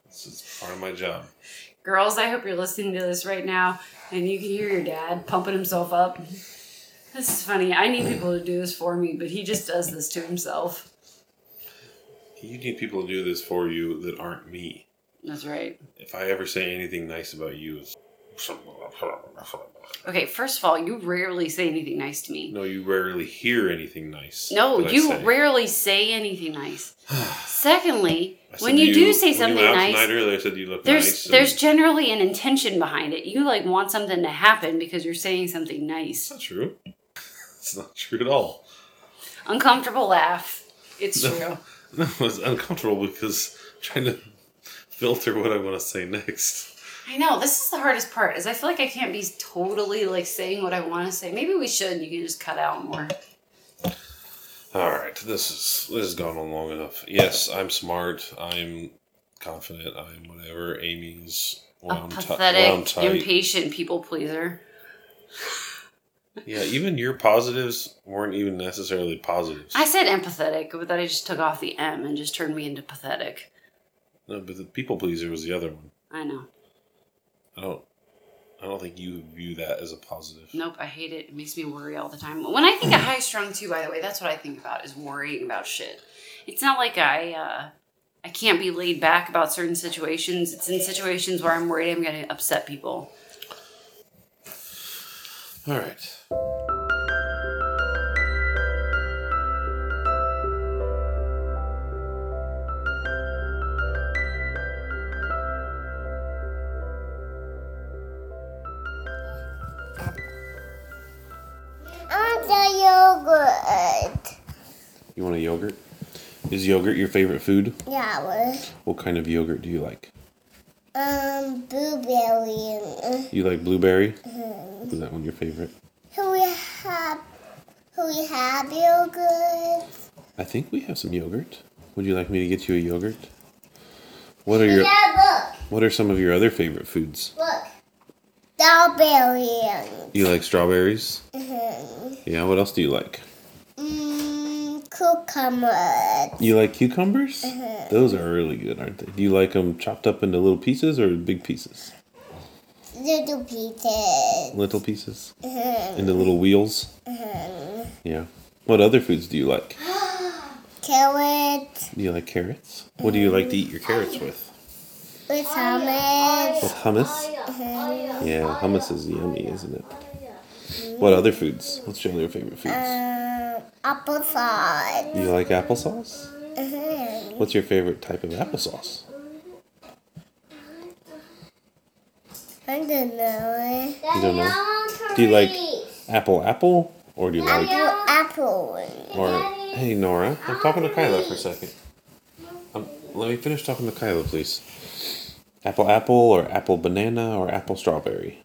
[SPEAKER 1] This is part of my job.
[SPEAKER 3] Girls, I hope you're listening to this right now and you can hear your dad pumping himself up. This is funny. I need people to do this for me, but he just does this to himself.
[SPEAKER 1] You need people to do this for you that aren't me.
[SPEAKER 3] That's right.
[SPEAKER 1] If I ever say anything nice about you, it's
[SPEAKER 3] Okay, first of all, you rarely say anything nice to me.
[SPEAKER 1] no, you rarely hear anything nice.
[SPEAKER 3] No,
[SPEAKER 1] that I
[SPEAKER 3] you
[SPEAKER 1] say.
[SPEAKER 3] rarely say anything nice. Secondly,
[SPEAKER 1] I said
[SPEAKER 3] when you, do say
[SPEAKER 1] when
[SPEAKER 3] something
[SPEAKER 1] you went out
[SPEAKER 3] nice,
[SPEAKER 1] tonight earlier, I said you look
[SPEAKER 3] there's
[SPEAKER 1] nice. and-
[SPEAKER 3] there's generally an intention behind it. You like want something to happen because you're saying something
[SPEAKER 1] It's
[SPEAKER 3] nice.
[SPEAKER 1] not true. It's not true at all.
[SPEAKER 3] Uncomfortable laugh. It's
[SPEAKER 1] No.
[SPEAKER 3] true.
[SPEAKER 1] No, it's uncomfortable because I'm trying to filter what I want to say next.
[SPEAKER 3] I know this is the hardest part. Is I feel like I can't be totally like saying what I want to say. Maybe we should. and You can just cut out more.
[SPEAKER 1] All right, this is this has gone on long enough. Yes, I'm smart. I'm confident. I'm whatever. Amy's
[SPEAKER 3] A
[SPEAKER 1] wound, ti- wound
[SPEAKER 3] Oh, pathetic,
[SPEAKER 1] tight.
[SPEAKER 3] impatient people pleaser.
[SPEAKER 1] yeah, even your positives weren't even necessarily positives.
[SPEAKER 3] I said empathetic, but then I just took off the M and just turned me into pathetic.
[SPEAKER 1] no, but the people pleaser was the other one.
[SPEAKER 3] I know.
[SPEAKER 1] I don't. I don't don't think you view that as a positive.
[SPEAKER 3] Nope, I hate it. It makes me worry all the time. When I think of high strung too, by the way, that's what I think about is worrying about shit. It's not like I uh, I can't be laid back about certain situations. It's in situations where I'm worried I'm going to upset people.
[SPEAKER 1] All right.
[SPEAKER 4] I'm the yogurt.
[SPEAKER 1] You want a yogurt? Is yogurt your favorite food?
[SPEAKER 4] Yeah, with
[SPEAKER 1] What kind of yogurt do you like?
[SPEAKER 4] um blueberry and uh,
[SPEAKER 1] You like blueberry? Is that one your favorite?
[SPEAKER 4] who we have who we have yogurt.
[SPEAKER 1] I think we have some yogurt. Would you like me to get you a yogurt? What are your
[SPEAKER 4] Yeah,
[SPEAKER 1] What are some of your other favorite foods?
[SPEAKER 4] look, look, strawberry and uh-huh.
[SPEAKER 1] You like strawberries? Yeah, what else do you like?
[SPEAKER 4] mm, cucumber.
[SPEAKER 1] You like cucumbers? Those are really good, aren't they? Do you like them chopped up into little pieces or big pieces?
[SPEAKER 4] Little pieces. uh-huh,
[SPEAKER 1] Little pieces? Into little wheels? Yeah. What other foods do you like?
[SPEAKER 4] Carrot
[SPEAKER 1] Do you like carrots? What do you like to eat your carrots with?
[SPEAKER 4] with uh-huh. hummus.
[SPEAKER 1] With hummus? Yeah, hummus is yummy, isn't it? What other foods? What's your other favorite foods?
[SPEAKER 4] Um,
[SPEAKER 1] Do
[SPEAKER 4] applesauce.
[SPEAKER 1] you like applesauce?
[SPEAKER 4] Mhm.
[SPEAKER 1] What's your favorite type of applesauce?
[SPEAKER 4] I don't know.
[SPEAKER 1] You don't know. Do you like apple apple? Or do you like
[SPEAKER 4] Apple. Apple.
[SPEAKER 1] Or hey Nora, I'm talking to Kyla for a second. Um, let me finish talking to Kyla, please. Apple apple or apple banana or apple strawberry.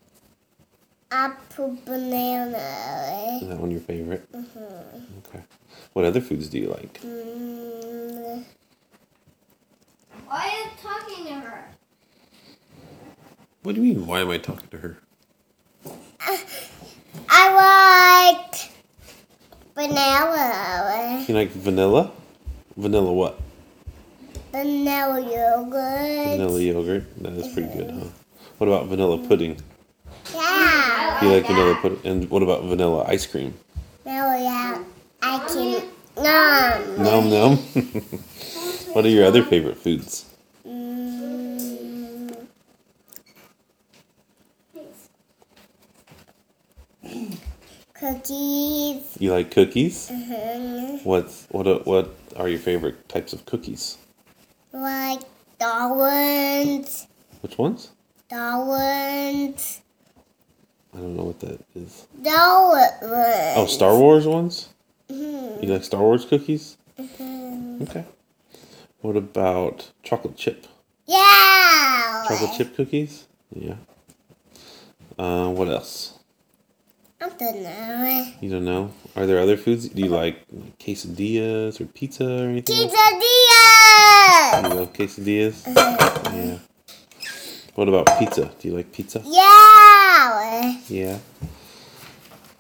[SPEAKER 4] Apple banana.
[SPEAKER 1] Is that one your favorite? Okay. What other foods do you like?
[SPEAKER 4] Mm,
[SPEAKER 5] Why are you talking to her?
[SPEAKER 1] What do you mean? Why am I talking to her?
[SPEAKER 4] I like vanilla.
[SPEAKER 1] You like vanilla? Vanilla what?
[SPEAKER 4] Vanilla yogurt.
[SPEAKER 1] Vanilla yogurt. That is pretty good, huh? What about vanilla pudding?
[SPEAKER 4] Yeah.
[SPEAKER 1] You like vanilla pudding? And what about vanilla ice cream?
[SPEAKER 4] Vanilla. yeah. I can. Nom.
[SPEAKER 1] Nom nom. what are your other favorite foods?
[SPEAKER 4] Mm, cookies.
[SPEAKER 1] You like cookies?
[SPEAKER 4] Mhm.
[SPEAKER 1] What's what a- what are your favorite types of cookies?
[SPEAKER 4] Like Darwin's.
[SPEAKER 1] Which ones?
[SPEAKER 4] Darwin's.
[SPEAKER 1] I don't know what that is.
[SPEAKER 4] Darwin's.
[SPEAKER 1] Oh, Star Wars ones?
[SPEAKER 4] Mhm.
[SPEAKER 1] You like Star Wars cookies?
[SPEAKER 4] Mhm.
[SPEAKER 1] Okay. What about chocolate chip?
[SPEAKER 4] Yeah.
[SPEAKER 1] Chocolate chip cookies? Yeah. Uh, what else?
[SPEAKER 4] I don't know.
[SPEAKER 1] You don't know? Are there other foods? Do you like, like quesadillas or pizza or anything? like-
[SPEAKER 4] Quesadilla.
[SPEAKER 1] You love quesadillas? Yeah. What about pizza? Do you like pizza?
[SPEAKER 4] Yeah.
[SPEAKER 1] Yeah.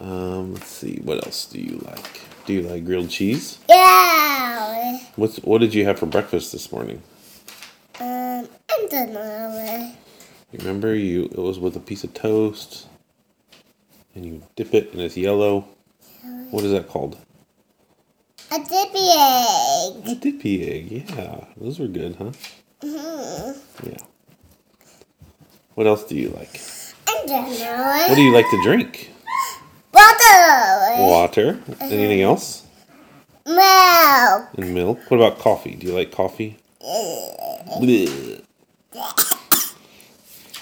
[SPEAKER 1] Um, let's see. What else do you like? Do you like grilled cheese?
[SPEAKER 4] Yeah.
[SPEAKER 1] What's what did you have for breakfast this morning?
[SPEAKER 4] Um, I don't know.
[SPEAKER 1] Remember you it was with a piece of toast and you dip it and it's yellow. What is that called?
[SPEAKER 4] A dippy egg.
[SPEAKER 1] A dippy egg. Yeah. Those were good, huh?
[SPEAKER 4] Mhm.
[SPEAKER 1] Yeah. What else do you like?
[SPEAKER 4] I don't
[SPEAKER 1] What
[SPEAKER 4] know.
[SPEAKER 1] do you like to drink?
[SPEAKER 4] Water.
[SPEAKER 1] Water. Anything else?
[SPEAKER 4] Milk.
[SPEAKER 1] And milk. What about coffee? Do you like coffee? Blech.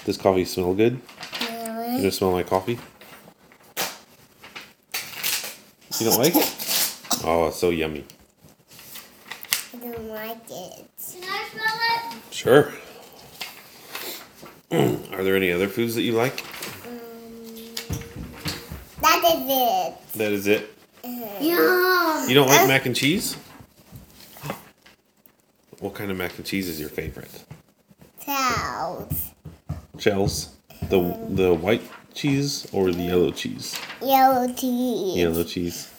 [SPEAKER 1] Does coffee smell good? You
[SPEAKER 4] No.
[SPEAKER 1] don't smell like coffee? You don't like it? Oh, it's so yummy.
[SPEAKER 4] I don't like it.
[SPEAKER 5] Can I smell it?
[SPEAKER 1] Sure. Are there any other foods that you like?
[SPEAKER 4] Um, That is it.
[SPEAKER 1] That is it.
[SPEAKER 5] Yum.
[SPEAKER 1] You don't like mac and cheese? What kind of mac and cheese is your favorite?
[SPEAKER 4] Towels.
[SPEAKER 1] Shells? The the white cheese or the yellow cheese?
[SPEAKER 4] Yellow tea.
[SPEAKER 1] Yellow cheese.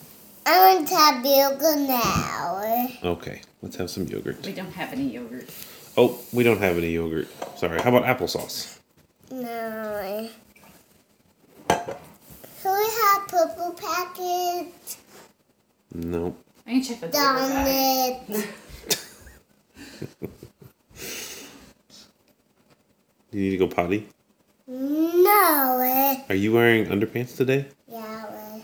[SPEAKER 4] I want to have yoga now.
[SPEAKER 1] Okay, let's have some yogurt.
[SPEAKER 3] We don't have any yogurt.
[SPEAKER 1] Oh, we don't have any yogurt. Sorry. How about applesauce?
[SPEAKER 4] No. Who have purple packets
[SPEAKER 1] Nope.
[SPEAKER 3] I can check the paper
[SPEAKER 4] on
[SPEAKER 3] bag.
[SPEAKER 4] it?
[SPEAKER 1] You need to go potty.
[SPEAKER 4] No. eh?
[SPEAKER 1] Are you wearing underpants today?
[SPEAKER 4] Yeah. eh,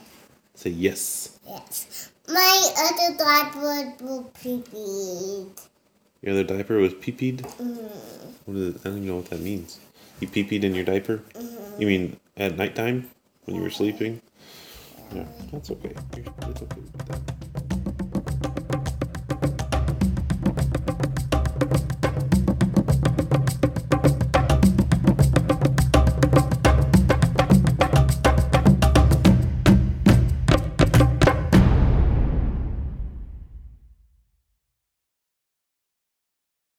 [SPEAKER 1] Say yes.
[SPEAKER 4] Yes. My other diaper will pee
[SPEAKER 1] Your other diaper was peepeed. What is it? I don't even know what that means. You peepeed in your diaper. You mean at nighttime when you were sleeping? Yeah, that's okay. You're- it's okay with that.